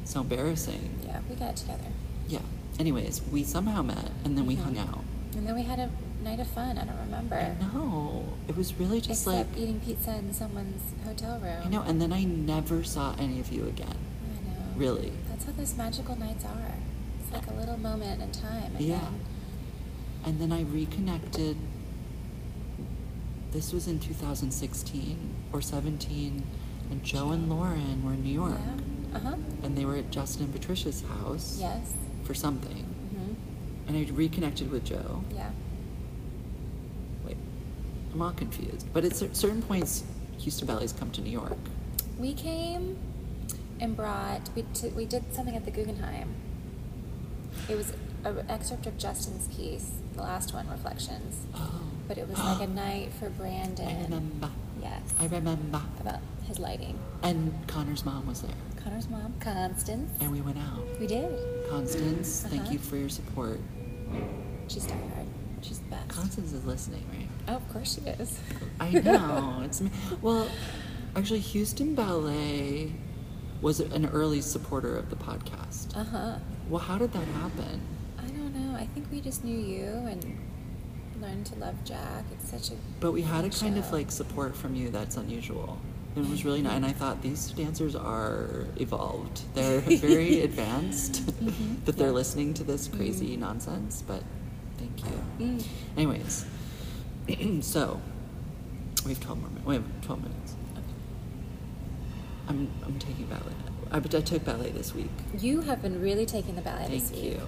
Speaker 2: So embarrassing.
Speaker 4: yeah, we got it together,
Speaker 2: Yeah. Anyways, we somehow met and then we hung
Speaker 4: Mm-hmm.
Speaker 2: out.
Speaker 4: and then we had a night of fun. I don't remember.
Speaker 2: No, it was really just
Speaker 4: Except
Speaker 2: like
Speaker 4: eating pizza in someone's hotel room.
Speaker 2: I know. And then I never saw any of you again.
Speaker 4: I know.
Speaker 2: Really.
Speaker 4: That's how those magical nights are. It's like a little moment in time. And
Speaker 2: Yeah.
Speaker 4: Then,
Speaker 2: And then I reconnected. This was in 2016 or 17, and Joe and Lauren were in New York,
Speaker 4: yeah. Uh huh.
Speaker 2: and they were at Justin and Patricia's house
Speaker 4: Yes.
Speaker 2: for something.
Speaker 4: Mm-hmm.
Speaker 2: And I reconnected with Joe.
Speaker 4: Yeah.
Speaker 2: Wait, I'm all confused. But at cer- certain points, Houston Ballet's come to New York.
Speaker 4: We came and brought. We t- we did something at the Guggenheim. It was an excerpt of Justin's piece, the last one, Reflections.
Speaker 2: Oh.
Speaker 4: But it was like a night for Brandon.
Speaker 2: I remember.
Speaker 4: Yes.
Speaker 2: I remember.
Speaker 4: About his lighting.
Speaker 2: And Connor's mom was there.
Speaker 4: Connor's mom, Constance.
Speaker 2: And we went out.
Speaker 4: We did.
Speaker 2: Constance, thank
Speaker 4: Uh-huh.
Speaker 2: you for your support.
Speaker 4: She's diehard. She's the best.
Speaker 2: Constance is listening, right?
Speaker 4: Oh, of course she is.
Speaker 2: I know. it's me. Well, actually, Houston Ballet was an early supporter of the podcast.
Speaker 4: Uh huh.
Speaker 2: Well, how did that happen?
Speaker 4: I don't know. I think we just knew you and learned to love Jack. It's such a.
Speaker 2: But we had a
Speaker 4: good
Speaker 2: kind of
Speaker 4: show.
Speaker 2: like support from you that's unusual. It was really nice, and I thought these dancers are evolved. They're very advanced
Speaker 4: Mm-hmm.
Speaker 2: that they're listening to this crazy nonsense. But thank you.
Speaker 4: Mm.
Speaker 2: Anyways, so we have twelve more minutes. We have twelve minutes. I'm I'm taking ballet. I, I took ballet this week.
Speaker 4: You have been really taking the ballet
Speaker 2: Thank
Speaker 4: this week.
Speaker 2: you.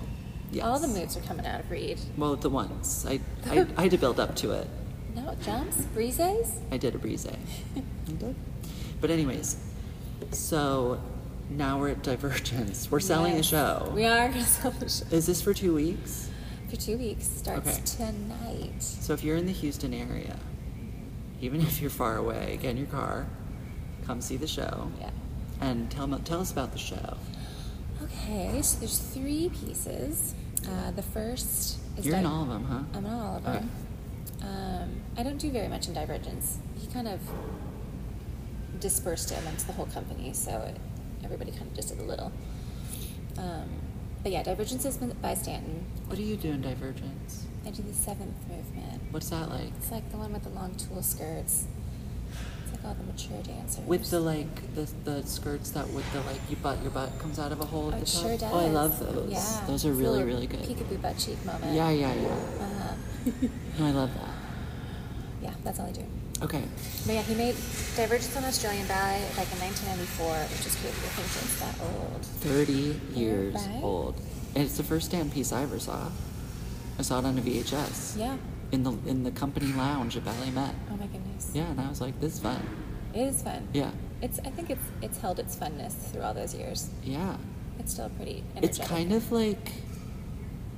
Speaker 2: Yes.
Speaker 4: All the moves are coming out of Reed.
Speaker 2: Well, the ones I, I I had to build up to it.
Speaker 4: No jumps, breezes.
Speaker 2: I did a brise. I did. But anyways, so now we're at Divergence. We're selling
Speaker 4: Yes.
Speaker 2: a show.
Speaker 4: We are going to sell the show.
Speaker 2: Is this for two weeks?
Speaker 4: For two weeks. Starts
Speaker 2: Okay.
Speaker 4: tonight.
Speaker 2: So if you're in the Houston area, even if you're far away, get in your car, come see the show,
Speaker 4: Yeah.
Speaker 2: and tell mo- tell us about the show.
Speaker 4: Okay, so there's three pieces. Uh, the first is
Speaker 2: you're in
Speaker 4: Di-
Speaker 2: all of them, huh?
Speaker 4: I'm in all of
Speaker 2: Okay.
Speaker 4: them. Um, I don't do very much in Divergence. He kind of dispersed it amongst the whole company, so it, everybody kind of just did a little. Um, but yeah, Divergence is by Stanton.
Speaker 2: What do you do in Divergence?
Speaker 4: I do the seventh movement.
Speaker 2: What's that like?
Speaker 4: It's like the one with the long tulle skirts. It's like all the mature dancers.
Speaker 2: With the like the the skirts that with the like you butt your butt comes out of a hole
Speaker 4: oh,
Speaker 2: at the
Speaker 4: it
Speaker 2: top.
Speaker 4: sure does.
Speaker 2: Oh, I love those.
Speaker 4: Yeah,
Speaker 2: Those are
Speaker 4: it's
Speaker 2: really
Speaker 4: a little
Speaker 2: really good.
Speaker 4: Peekaboo butt cheek moment.
Speaker 2: Yeah, yeah, yeah.
Speaker 4: Uh-huh.
Speaker 2: No, I love that.
Speaker 4: yeah, that's all I do.
Speaker 2: Okay.
Speaker 4: But yeah, he made Divergence on Australian Ballet like in 1994, which is crazy to think it's that old.
Speaker 2: 30 years
Speaker 4: right.
Speaker 2: old. And it's the first damn piece I ever saw. I saw it on a VHS.
Speaker 4: Yeah.
Speaker 2: In the in the company lounge at Ballet Met.
Speaker 4: Oh my goodness.
Speaker 2: Yeah, and I was like, this is fun.
Speaker 4: It is fun.
Speaker 2: Yeah.
Speaker 4: It's. I think it's. It's held its funness through all those years.
Speaker 2: Yeah.
Speaker 4: It's still pretty.
Speaker 2: It's
Speaker 4: Energetic.
Speaker 2: kind of like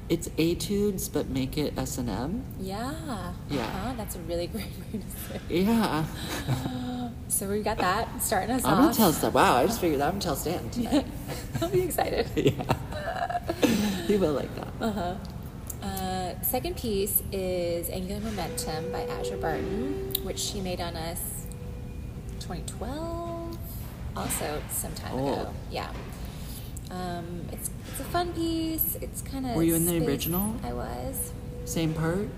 Speaker 2: it's etudes but make it S and M.
Speaker 4: Yeah.
Speaker 2: Yeah.
Speaker 4: Uh-huh, that's a really great way to say. it.
Speaker 2: Yeah.
Speaker 4: So we've got that starting us
Speaker 2: I'm
Speaker 4: off.
Speaker 2: gonna tell Stan. Wow, I just figured I'm gonna tell Stan tonight.
Speaker 4: I'll be excited.
Speaker 2: yeah. he will like that.
Speaker 4: Uh-huh. Uh, second piece is Angular Momentum by Azure Barton, which she made on us 2012, also some time ago.
Speaker 2: Oh.
Speaker 4: Yeah. Um, it's, it's a fun piece. It's kind of.
Speaker 2: Were you in the original?
Speaker 4: I was.
Speaker 2: Same part.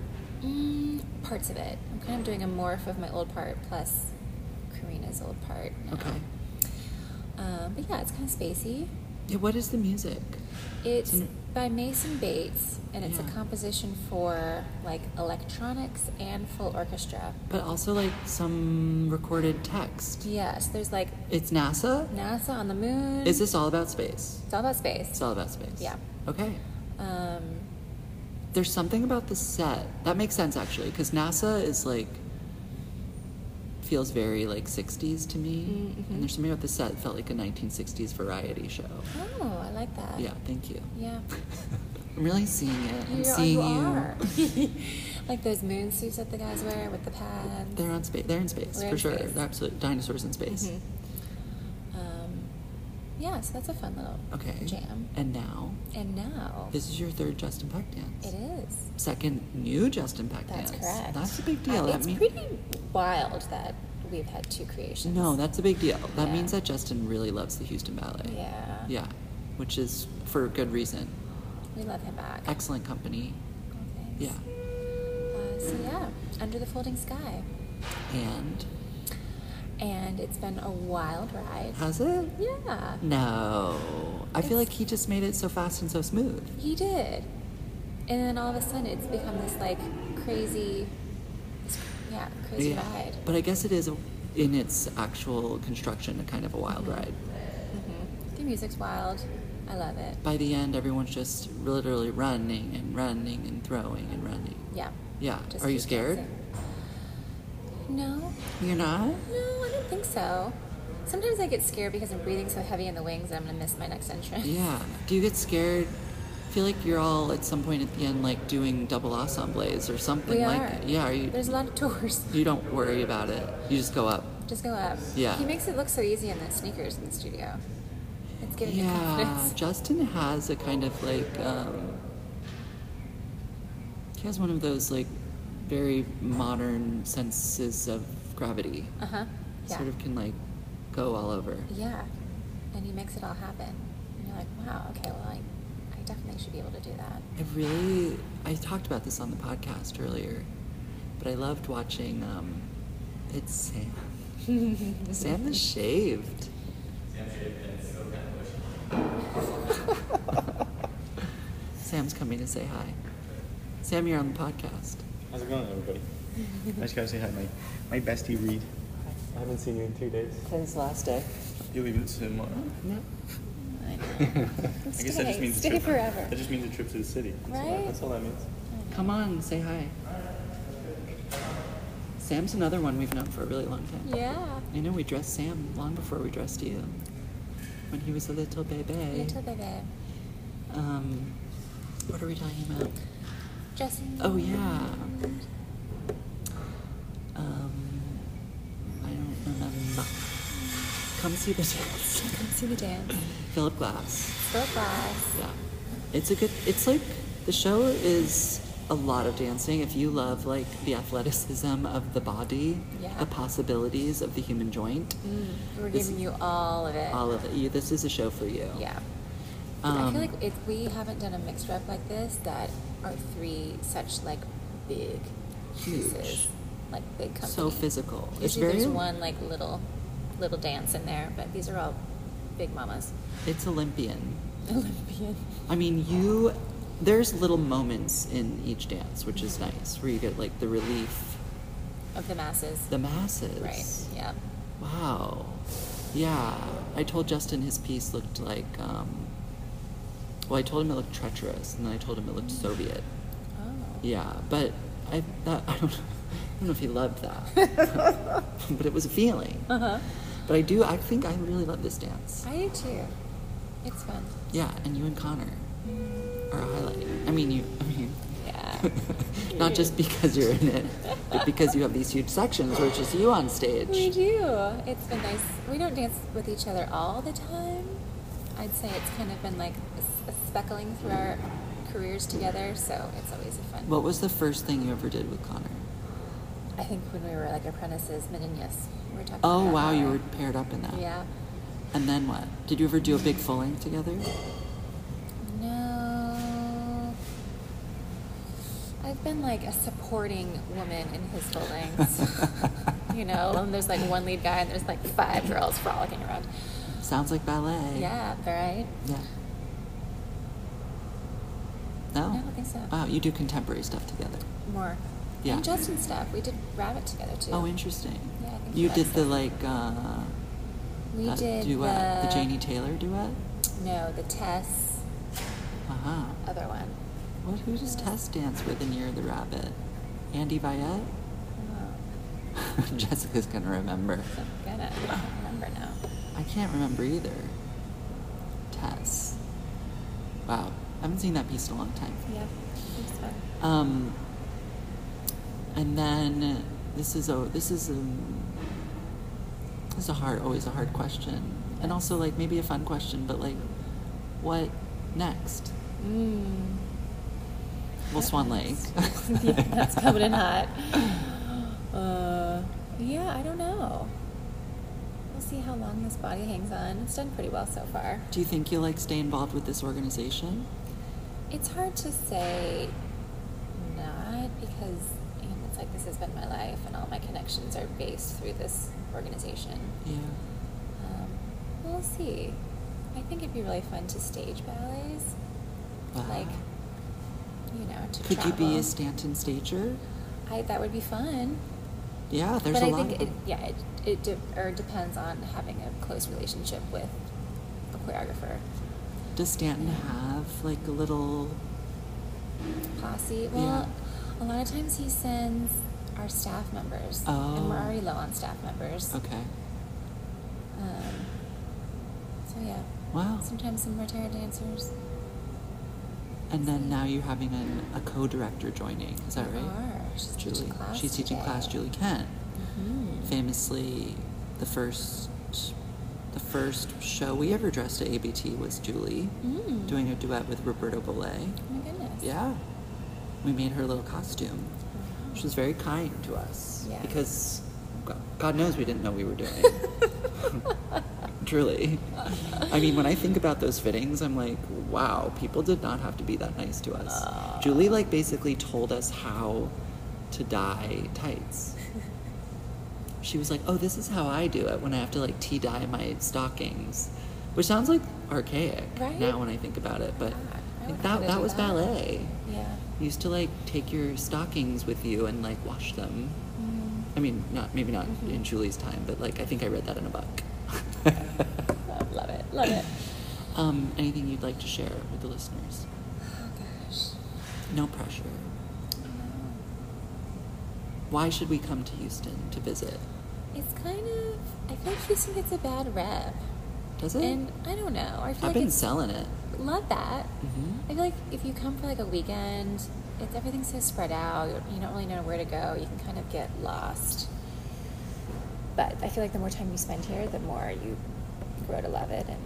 Speaker 4: Mm, parts of it. I'm kind of doing a morph of my old part plus Karina's old part. Now.
Speaker 2: Okay.
Speaker 4: Um, but yeah, it's kind of spacey.
Speaker 2: Yeah. What is the music?
Speaker 4: It's
Speaker 2: Isn't
Speaker 4: by Mason Bates, and it's
Speaker 2: Mm. Yeah.
Speaker 4: a composition for like electronics and full orchestra.
Speaker 2: But also like some recorded text.
Speaker 4: Yes, there's like
Speaker 2: It's NASA.
Speaker 4: NASA on the moon.
Speaker 2: Is this all about space?
Speaker 4: It's all about space.
Speaker 2: It's all about space.
Speaker 4: Yeah.
Speaker 2: Okay.
Speaker 4: um,
Speaker 2: There's something about the set that makes sense actually, because NASA is like feels very like 60s to me,
Speaker 4: Mm-hmm.
Speaker 2: and there's something about the set that felt like a 1960s variety show.
Speaker 4: oh, I like that.
Speaker 2: Yeah. Thank you.
Speaker 4: Yeah.
Speaker 2: I'm really seeing it. I'm
Speaker 4: You're-
Speaker 2: seeing
Speaker 4: you are. like those moon suits that the guys wear with the pads.
Speaker 2: They're on space. They're in space
Speaker 4: We're
Speaker 2: for
Speaker 4: in
Speaker 2: sure.
Speaker 4: space.
Speaker 2: They're absolute dinosaurs in space.
Speaker 4: Mhm. Um, yeah, so that's a fun little
Speaker 2: Okay.
Speaker 4: jam.
Speaker 2: And now
Speaker 4: And now
Speaker 2: this is your third Justin Peck dance.
Speaker 4: it is.
Speaker 2: Second new Justin Peck
Speaker 4: That's
Speaker 2: dance.
Speaker 4: correct.
Speaker 2: That's a big deal.
Speaker 4: Uh,
Speaker 2: that
Speaker 4: it's
Speaker 2: mean-
Speaker 4: pretty wild that we've had two creations.
Speaker 2: No, that's a big deal. That
Speaker 4: Yeah.
Speaker 2: means that Justin really loves the Houston Ballet.
Speaker 4: Yeah.
Speaker 2: Yeah, which is for good reason.
Speaker 4: We love him back.
Speaker 2: Excellent company.
Speaker 4: Oh, thanks.
Speaker 2: Yeah.
Speaker 4: Uh, so yeah, Under the Folding Sky,
Speaker 2: And
Speaker 4: and it's been a wild ride.
Speaker 2: has it?
Speaker 4: Yeah,
Speaker 2: No. I feel
Speaker 4: It's-
Speaker 2: like he just made it so fast and so smooth.
Speaker 4: he did. And then all of a sudden, it's become this like crazy, this- yeah, crazy ride.
Speaker 2: But I guess it is, a- in its actual construction, a kind of a wild
Speaker 4: Mm-hmm.
Speaker 2: ride. Mm-hmm.
Speaker 4: hmm The music's wild. I love it.
Speaker 2: By the end, everyone's just literally running and running and throwing and running.
Speaker 4: Yeah.
Speaker 2: Yeah.
Speaker 4: Just
Speaker 2: Are you
Speaker 4: keep
Speaker 2: scared?
Speaker 4: dancing. No,
Speaker 2: You're not?
Speaker 4: no, I don't think so. Sometimes I get scared because I'm breathing so heavy in the wings that I'm gonna miss my next entrance.
Speaker 2: Yeah. Do you get scared? I feel like you're all at some point at the end, like doing double ensembles or something
Speaker 4: We
Speaker 2: like
Speaker 4: are.
Speaker 2: that. Yeah. Are you?
Speaker 4: There's a lot of tours.
Speaker 2: You don't worry about it. You just go up.
Speaker 4: Just go up.
Speaker 2: Yeah.
Speaker 4: He makes it look so easy in the sneakers in the studio. It's giving me
Speaker 2: Yeah.
Speaker 4: confidence.
Speaker 2: Justin has a kind of like. Um, he has one of those like very modern senses of gravity.
Speaker 4: Uh huh. Yeah.
Speaker 2: Sort of can like go all over.
Speaker 4: Yeah. And he makes it all happen. And you're like, wow, okay, well, I, I definitely should be able to do that.
Speaker 2: I really, I talked about this on the podcast earlier, but I loved watching. Um, it's Sam. Sam the shaved. Sam's coming to say hi. Sam, you're on the podcast.
Speaker 6: How's it going, everybody? I just gotta say hi, to my my bestie Reed. I haven't seen you in two days.
Speaker 2: Today's the last day.
Speaker 6: You leaving tomorrow?
Speaker 2: No.
Speaker 4: I know.
Speaker 6: I guess that just means a
Speaker 4: stay
Speaker 6: trip.
Speaker 4: forever.
Speaker 6: That just means a trip to the city. That's all-
Speaker 4: Right?
Speaker 6: That's all that means.
Speaker 2: Come on, say hi. Sam's another one we've known for a really long time.
Speaker 4: Yeah.
Speaker 2: I know we dressed Sam long before we dressed you. when he was a little baby.
Speaker 4: Little baby.
Speaker 2: Um, what are we talking about?
Speaker 4: Dressing.
Speaker 2: Oh, yeah. Um, I don't remember. Come see the dance.
Speaker 4: Come see the dance.
Speaker 2: Philip Glass.
Speaker 4: Still glass.
Speaker 2: Yeah, it's a good. It's like the show is a lot of dancing. If you love like the athleticism of the body,
Speaker 4: Yeah. Mm.
Speaker 2: the possibilities of the human joint,
Speaker 4: We're
Speaker 2: This-
Speaker 4: giving you all of it.
Speaker 2: all of it. You, this is a show for you.
Speaker 4: Yeah. I
Speaker 2: Um,
Speaker 4: feel like if we haven't done a mixed rep like this, that are three such like big
Speaker 2: Huge.
Speaker 4: pieces, like big company.
Speaker 2: so physical. it's
Speaker 4: Usually
Speaker 2: very.
Speaker 4: there's one like little, little dance in there, but these are all big mamas.
Speaker 2: It's Olympian.
Speaker 4: Olympian.
Speaker 2: I mean, you. There's little moments in each dance, which is nice, where you get like the relief,
Speaker 4: Of the masses.
Speaker 2: the masses.
Speaker 4: right. Yeah.
Speaker 2: Wow. Yeah. I told Justin his piece looked like, um, well, I told him it looked treacherous, and then I told him it looked Soviet.
Speaker 4: Oh.
Speaker 2: Yeah, but I, that, I, don't, I don't know if he loved that. but it was a feeling.
Speaker 4: Uh huh.
Speaker 2: But I do, I think I really love this dance.
Speaker 4: I do too. It's fun.
Speaker 2: Yeah, and you and Connor are a highlight. I mean, you, I mean,
Speaker 4: Yeah.
Speaker 2: not just because you're in it, but because you have these huge sections where it's just you on stage.
Speaker 4: We do. It's been nice. We don't dance with each other all the time. I'd say it's kind of been like a s- a speckling through our careers together, so it's always a fun.
Speaker 2: What was the first thing you ever did with Connor?
Speaker 4: I think when we were like apprentices, Meninas, we were talking.
Speaker 2: Oh
Speaker 4: about
Speaker 2: wow,
Speaker 4: that.
Speaker 2: you were paired up in that.
Speaker 4: Yeah.
Speaker 2: And then what? Did you ever do a big full length together?
Speaker 4: No. I've been like a supporting woman in his full lengths. you know, and there's like one lead guy, and there's like five girls frolicking around.
Speaker 2: Sounds like ballet.
Speaker 4: Yeah, right.
Speaker 2: Yeah. No.
Speaker 4: No, I don't think so.
Speaker 2: Wow, you do contemporary stuff together.
Speaker 4: More.
Speaker 2: Yeah.
Speaker 4: And Justin stuff. We did Rabbit together too.
Speaker 2: Oh, interesting.
Speaker 4: Yeah, I think
Speaker 2: you
Speaker 4: so.
Speaker 2: did the like. Uh,
Speaker 4: We
Speaker 2: that
Speaker 4: did
Speaker 2: duet, Uh, the...
Speaker 4: the-
Speaker 2: Janie Taylor duet.
Speaker 4: No, the Tess
Speaker 2: Uh huh.
Speaker 4: other one.
Speaker 2: What? Who does Tess dance with in Year of the Rabbit? Andy Viette. Jessica's gonna remember.
Speaker 4: Oh, I'm gonna I don't remember now.
Speaker 2: I can't remember either. Tess. Wow, I haven't seen that piece in a long time.
Speaker 4: Yeah. It's fun.
Speaker 2: Um, and then this is a this is um this is a hard always a hard question, and also like maybe a fun question, but like, what next?
Speaker 4: Mm.
Speaker 2: Well, Swan Lake.
Speaker 4: yeah, that's coming in hot. Uh, yeah, I don't know. We'll see how long this body hangs on. It's done pretty well so far.
Speaker 2: Do you think you'll like stay involved with this organization?
Speaker 4: It's hard to say not because you know, it's like this has been my life and all my connections are based through this organization.
Speaker 2: Yeah.
Speaker 4: Um, we'll see. I think it'd be really fun to stage ballets.
Speaker 2: Wow.
Speaker 4: Like, you know, to
Speaker 2: Uh-huh. Could you be
Speaker 4: travel.
Speaker 2: a Stanton stager?
Speaker 4: I, that would be fun.
Speaker 2: Yeah, Oh, there's
Speaker 4: but
Speaker 2: a
Speaker 4: I
Speaker 2: lot.
Speaker 4: think
Speaker 2: of
Speaker 4: it,
Speaker 2: them.
Speaker 4: yeah, it, it de- or depends on having a close relationship with a choreographer.
Speaker 2: Does Stanton have like a little?
Speaker 4: Posse. Well, a lot of times he sends our staff members, and we're
Speaker 2: Oh.
Speaker 4: already low on staff members.
Speaker 2: Okay.
Speaker 4: Um, so yeah.
Speaker 2: Wow.
Speaker 4: Sometimes some retired dancers.
Speaker 2: And then now you're having an, a co-director joining. Is that
Speaker 4: We
Speaker 2: right?
Speaker 4: are. She's
Speaker 2: Julie.
Speaker 4: teaching class
Speaker 2: She's teaching
Speaker 4: today.
Speaker 2: class. Julie Kent, Mm-hmm.
Speaker 4: Mhm.
Speaker 2: famously, the first, the first show we ever dressed at ABT was Julie
Speaker 4: Mm.
Speaker 2: doing a duet with Roberto Bolle.
Speaker 4: Oh my goodness.
Speaker 2: Yeah, we made her little costume.
Speaker 4: Wow.
Speaker 2: She was very kind to us
Speaker 4: Yeah.
Speaker 2: because g- God knows we didn't know we were doing. Truly.
Speaker 4: Oh,
Speaker 2: I mean, when I think about those fittings, I'm like, wow, people did not have to be that nice to us. Julie, like, basically told us how to dye tights. She was like, oh, this is how I do it when I have to, like, tea dye my stockings, which sounds like archaic
Speaker 4: Right?
Speaker 2: now when I think about it, but
Speaker 4: God, I
Speaker 2: like,
Speaker 4: wouldn't know how
Speaker 2: that,
Speaker 4: to
Speaker 2: that
Speaker 4: do
Speaker 2: was
Speaker 4: that.
Speaker 2: ballet.
Speaker 4: Yeah.
Speaker 2: You used to like take your stockings with you and like wash them.
Speaker 4: Mm.
Speaker 2: I mean, not maybe not
Speaker 4: Mm-hmm.
Speaker 2: in Julie's time, but like I think I read that in a book.
Speaker 4: Love, love it. Love it.
Speaker 2: um, anything you'd like to share with the listeners?
Speaker 4: Oh gosh.
Speaker 2: No pressure. Why should we come to Houston to visit?
Speaker 4: It's kind of I feel like Houston gets a bad rep.
Speaker 2: Does it?
Speaker 4: And I don't know. I
Speaker 2: I've
Speaker 4: feel like
Speaker 2: been
Speaker 4: it's,
Speaker 2: selling it.
Speaker 4: love that.
Speaker 2: Mhm.
Speaker 4: I feel like if you come for like a weekend, it's everything's so spread out. You don't- you don't really know where to go. You can kind of get lost. But I feel like the more time you spend here, the more you grow to love it, and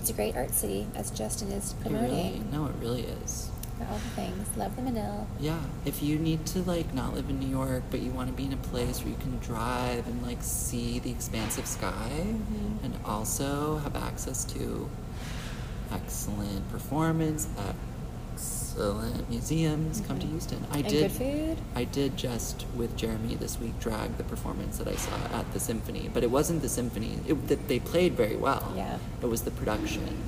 Speaker 4: it's a great art city, as Justin is
Speaker 2: It really,
Speaker 4: promoting.
Speaker 2: no, it really is.
Speaker 4: All the things, love the Manil.
Speaker 2: Yeah, if you need to like not live in New York, but you want to be in a place where you can drive and like see the expansive sky,
Speaker 4: Mm-hmm.
Speaker 2: and also have access to excellent performance, excellent museums, come to Houston. I
Speaker 4: Mm-hmm. And
Speaker 2: did.
Speaker 4: good food?
Speaker 2: I did just with Jeremy this week drag the performance that I saw at the symphony, but it wasn't the symphony. It, that they played very well.
Speaker 4: Yeah.
Speaker 2: It was the production,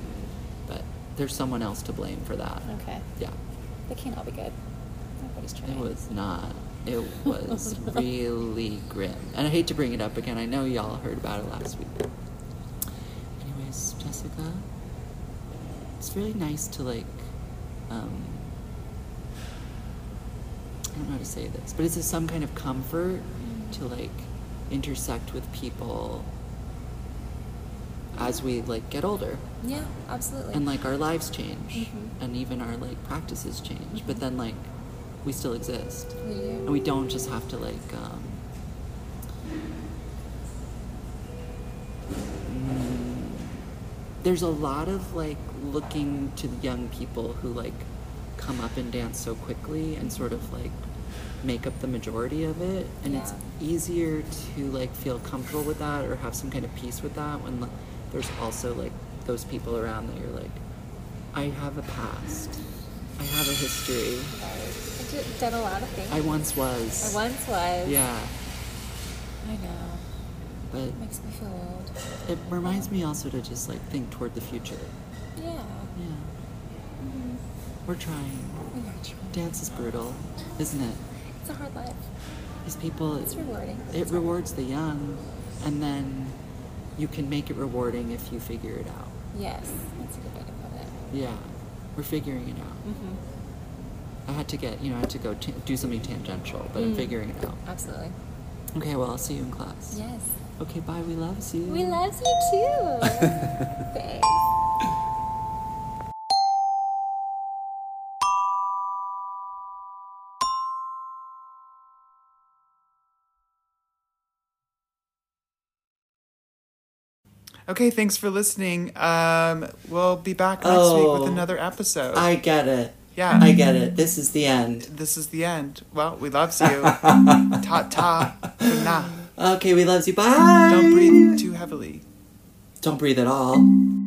Speaker 2: but there's someone else to blame for that.
Speaker 4: Okay,
Speaker 2: Yeah.
Speaker 4: they can't all be good. Nobody's trying.
Speaker 2: It was not. It was really grim. And I hate to bring it up again. I know y'all heard about it last week. Anyways, Jessica, it's really nice to like. Um, I don't know how to say this, but it's a, some kind of comfort to like intersect with people as we like get older
Speaker 4: Yeah, absolutely.
Speaker 2: and like our lives change
Speaker 4: Mhm.
Speaker 2: and even our like practices change but then like we still exist
Speaker 4: we do.
Speaker 2: and we don't just have to like um mm, there's a lot of like looking to the young people who like come up and dance so quickly and sort of like make up the majority of it and it's
Speaker 4: Yeah.
Speaker 2: easier to like feel comfortable with that or have some kind of peace with that when like, there's also like those people around that you're like i have a past i have a history
Speaker 4: I've d- done a lot of things.
Speaker 2: i once was
Speaker 4: I once was.
Speaker 2: yeah
Speaker 4: I know.
Speaker 2: but
Speaker 4: It makes me feel old.
Speaker 2: it reminds me also to just like think toward the future
Speaker 4: Yeah.
Speaker 2: yeah
Speaker 4: Mm-hmm.
Speaker 2: we're trying
Speaker 4: We are trying.
Speaker 2: dance is brutal isn't it
Speaker 4: It's a hard life.
Speaker 2: these people
Speaker 4: It's rewarding.
Speaker 2: it rewards the young and then you can make it rewarding if you figure it out
Speaker 4: Yes. That's a good way to put it.
Speaker 2: yeah we're figuring it out
Speaker 4: Mm-hmm.
Speaker 2: i had to get you know i had to go t- do something tangential but i'm
Speaker 4: Mm.
Speaker 2: figuring it out
Speaker 4: Absolutely.
Speaker 2: okay well i'll see you in class
Speaker 4: Yes.
Speaker 2: okay bye we love you
Speaker 4: We love you too. Thanks.
Speaker 3: Okay, thanks for listening. Um, we'll be back next week
Speaker 5: Oh.
Speaker 3: with another episode.
Speaker 5: I get it.
Speaker 3: yeah,
Speaker 5: I get it. This is the end.
Speaker 3: this is the end. Well, we loves you. ta ta. Good night.
Speaker 5: Okay, we loves you. Bye.
Speaker 3: Don't breathe too heavily.
Speaker 5: Don't breathe at all.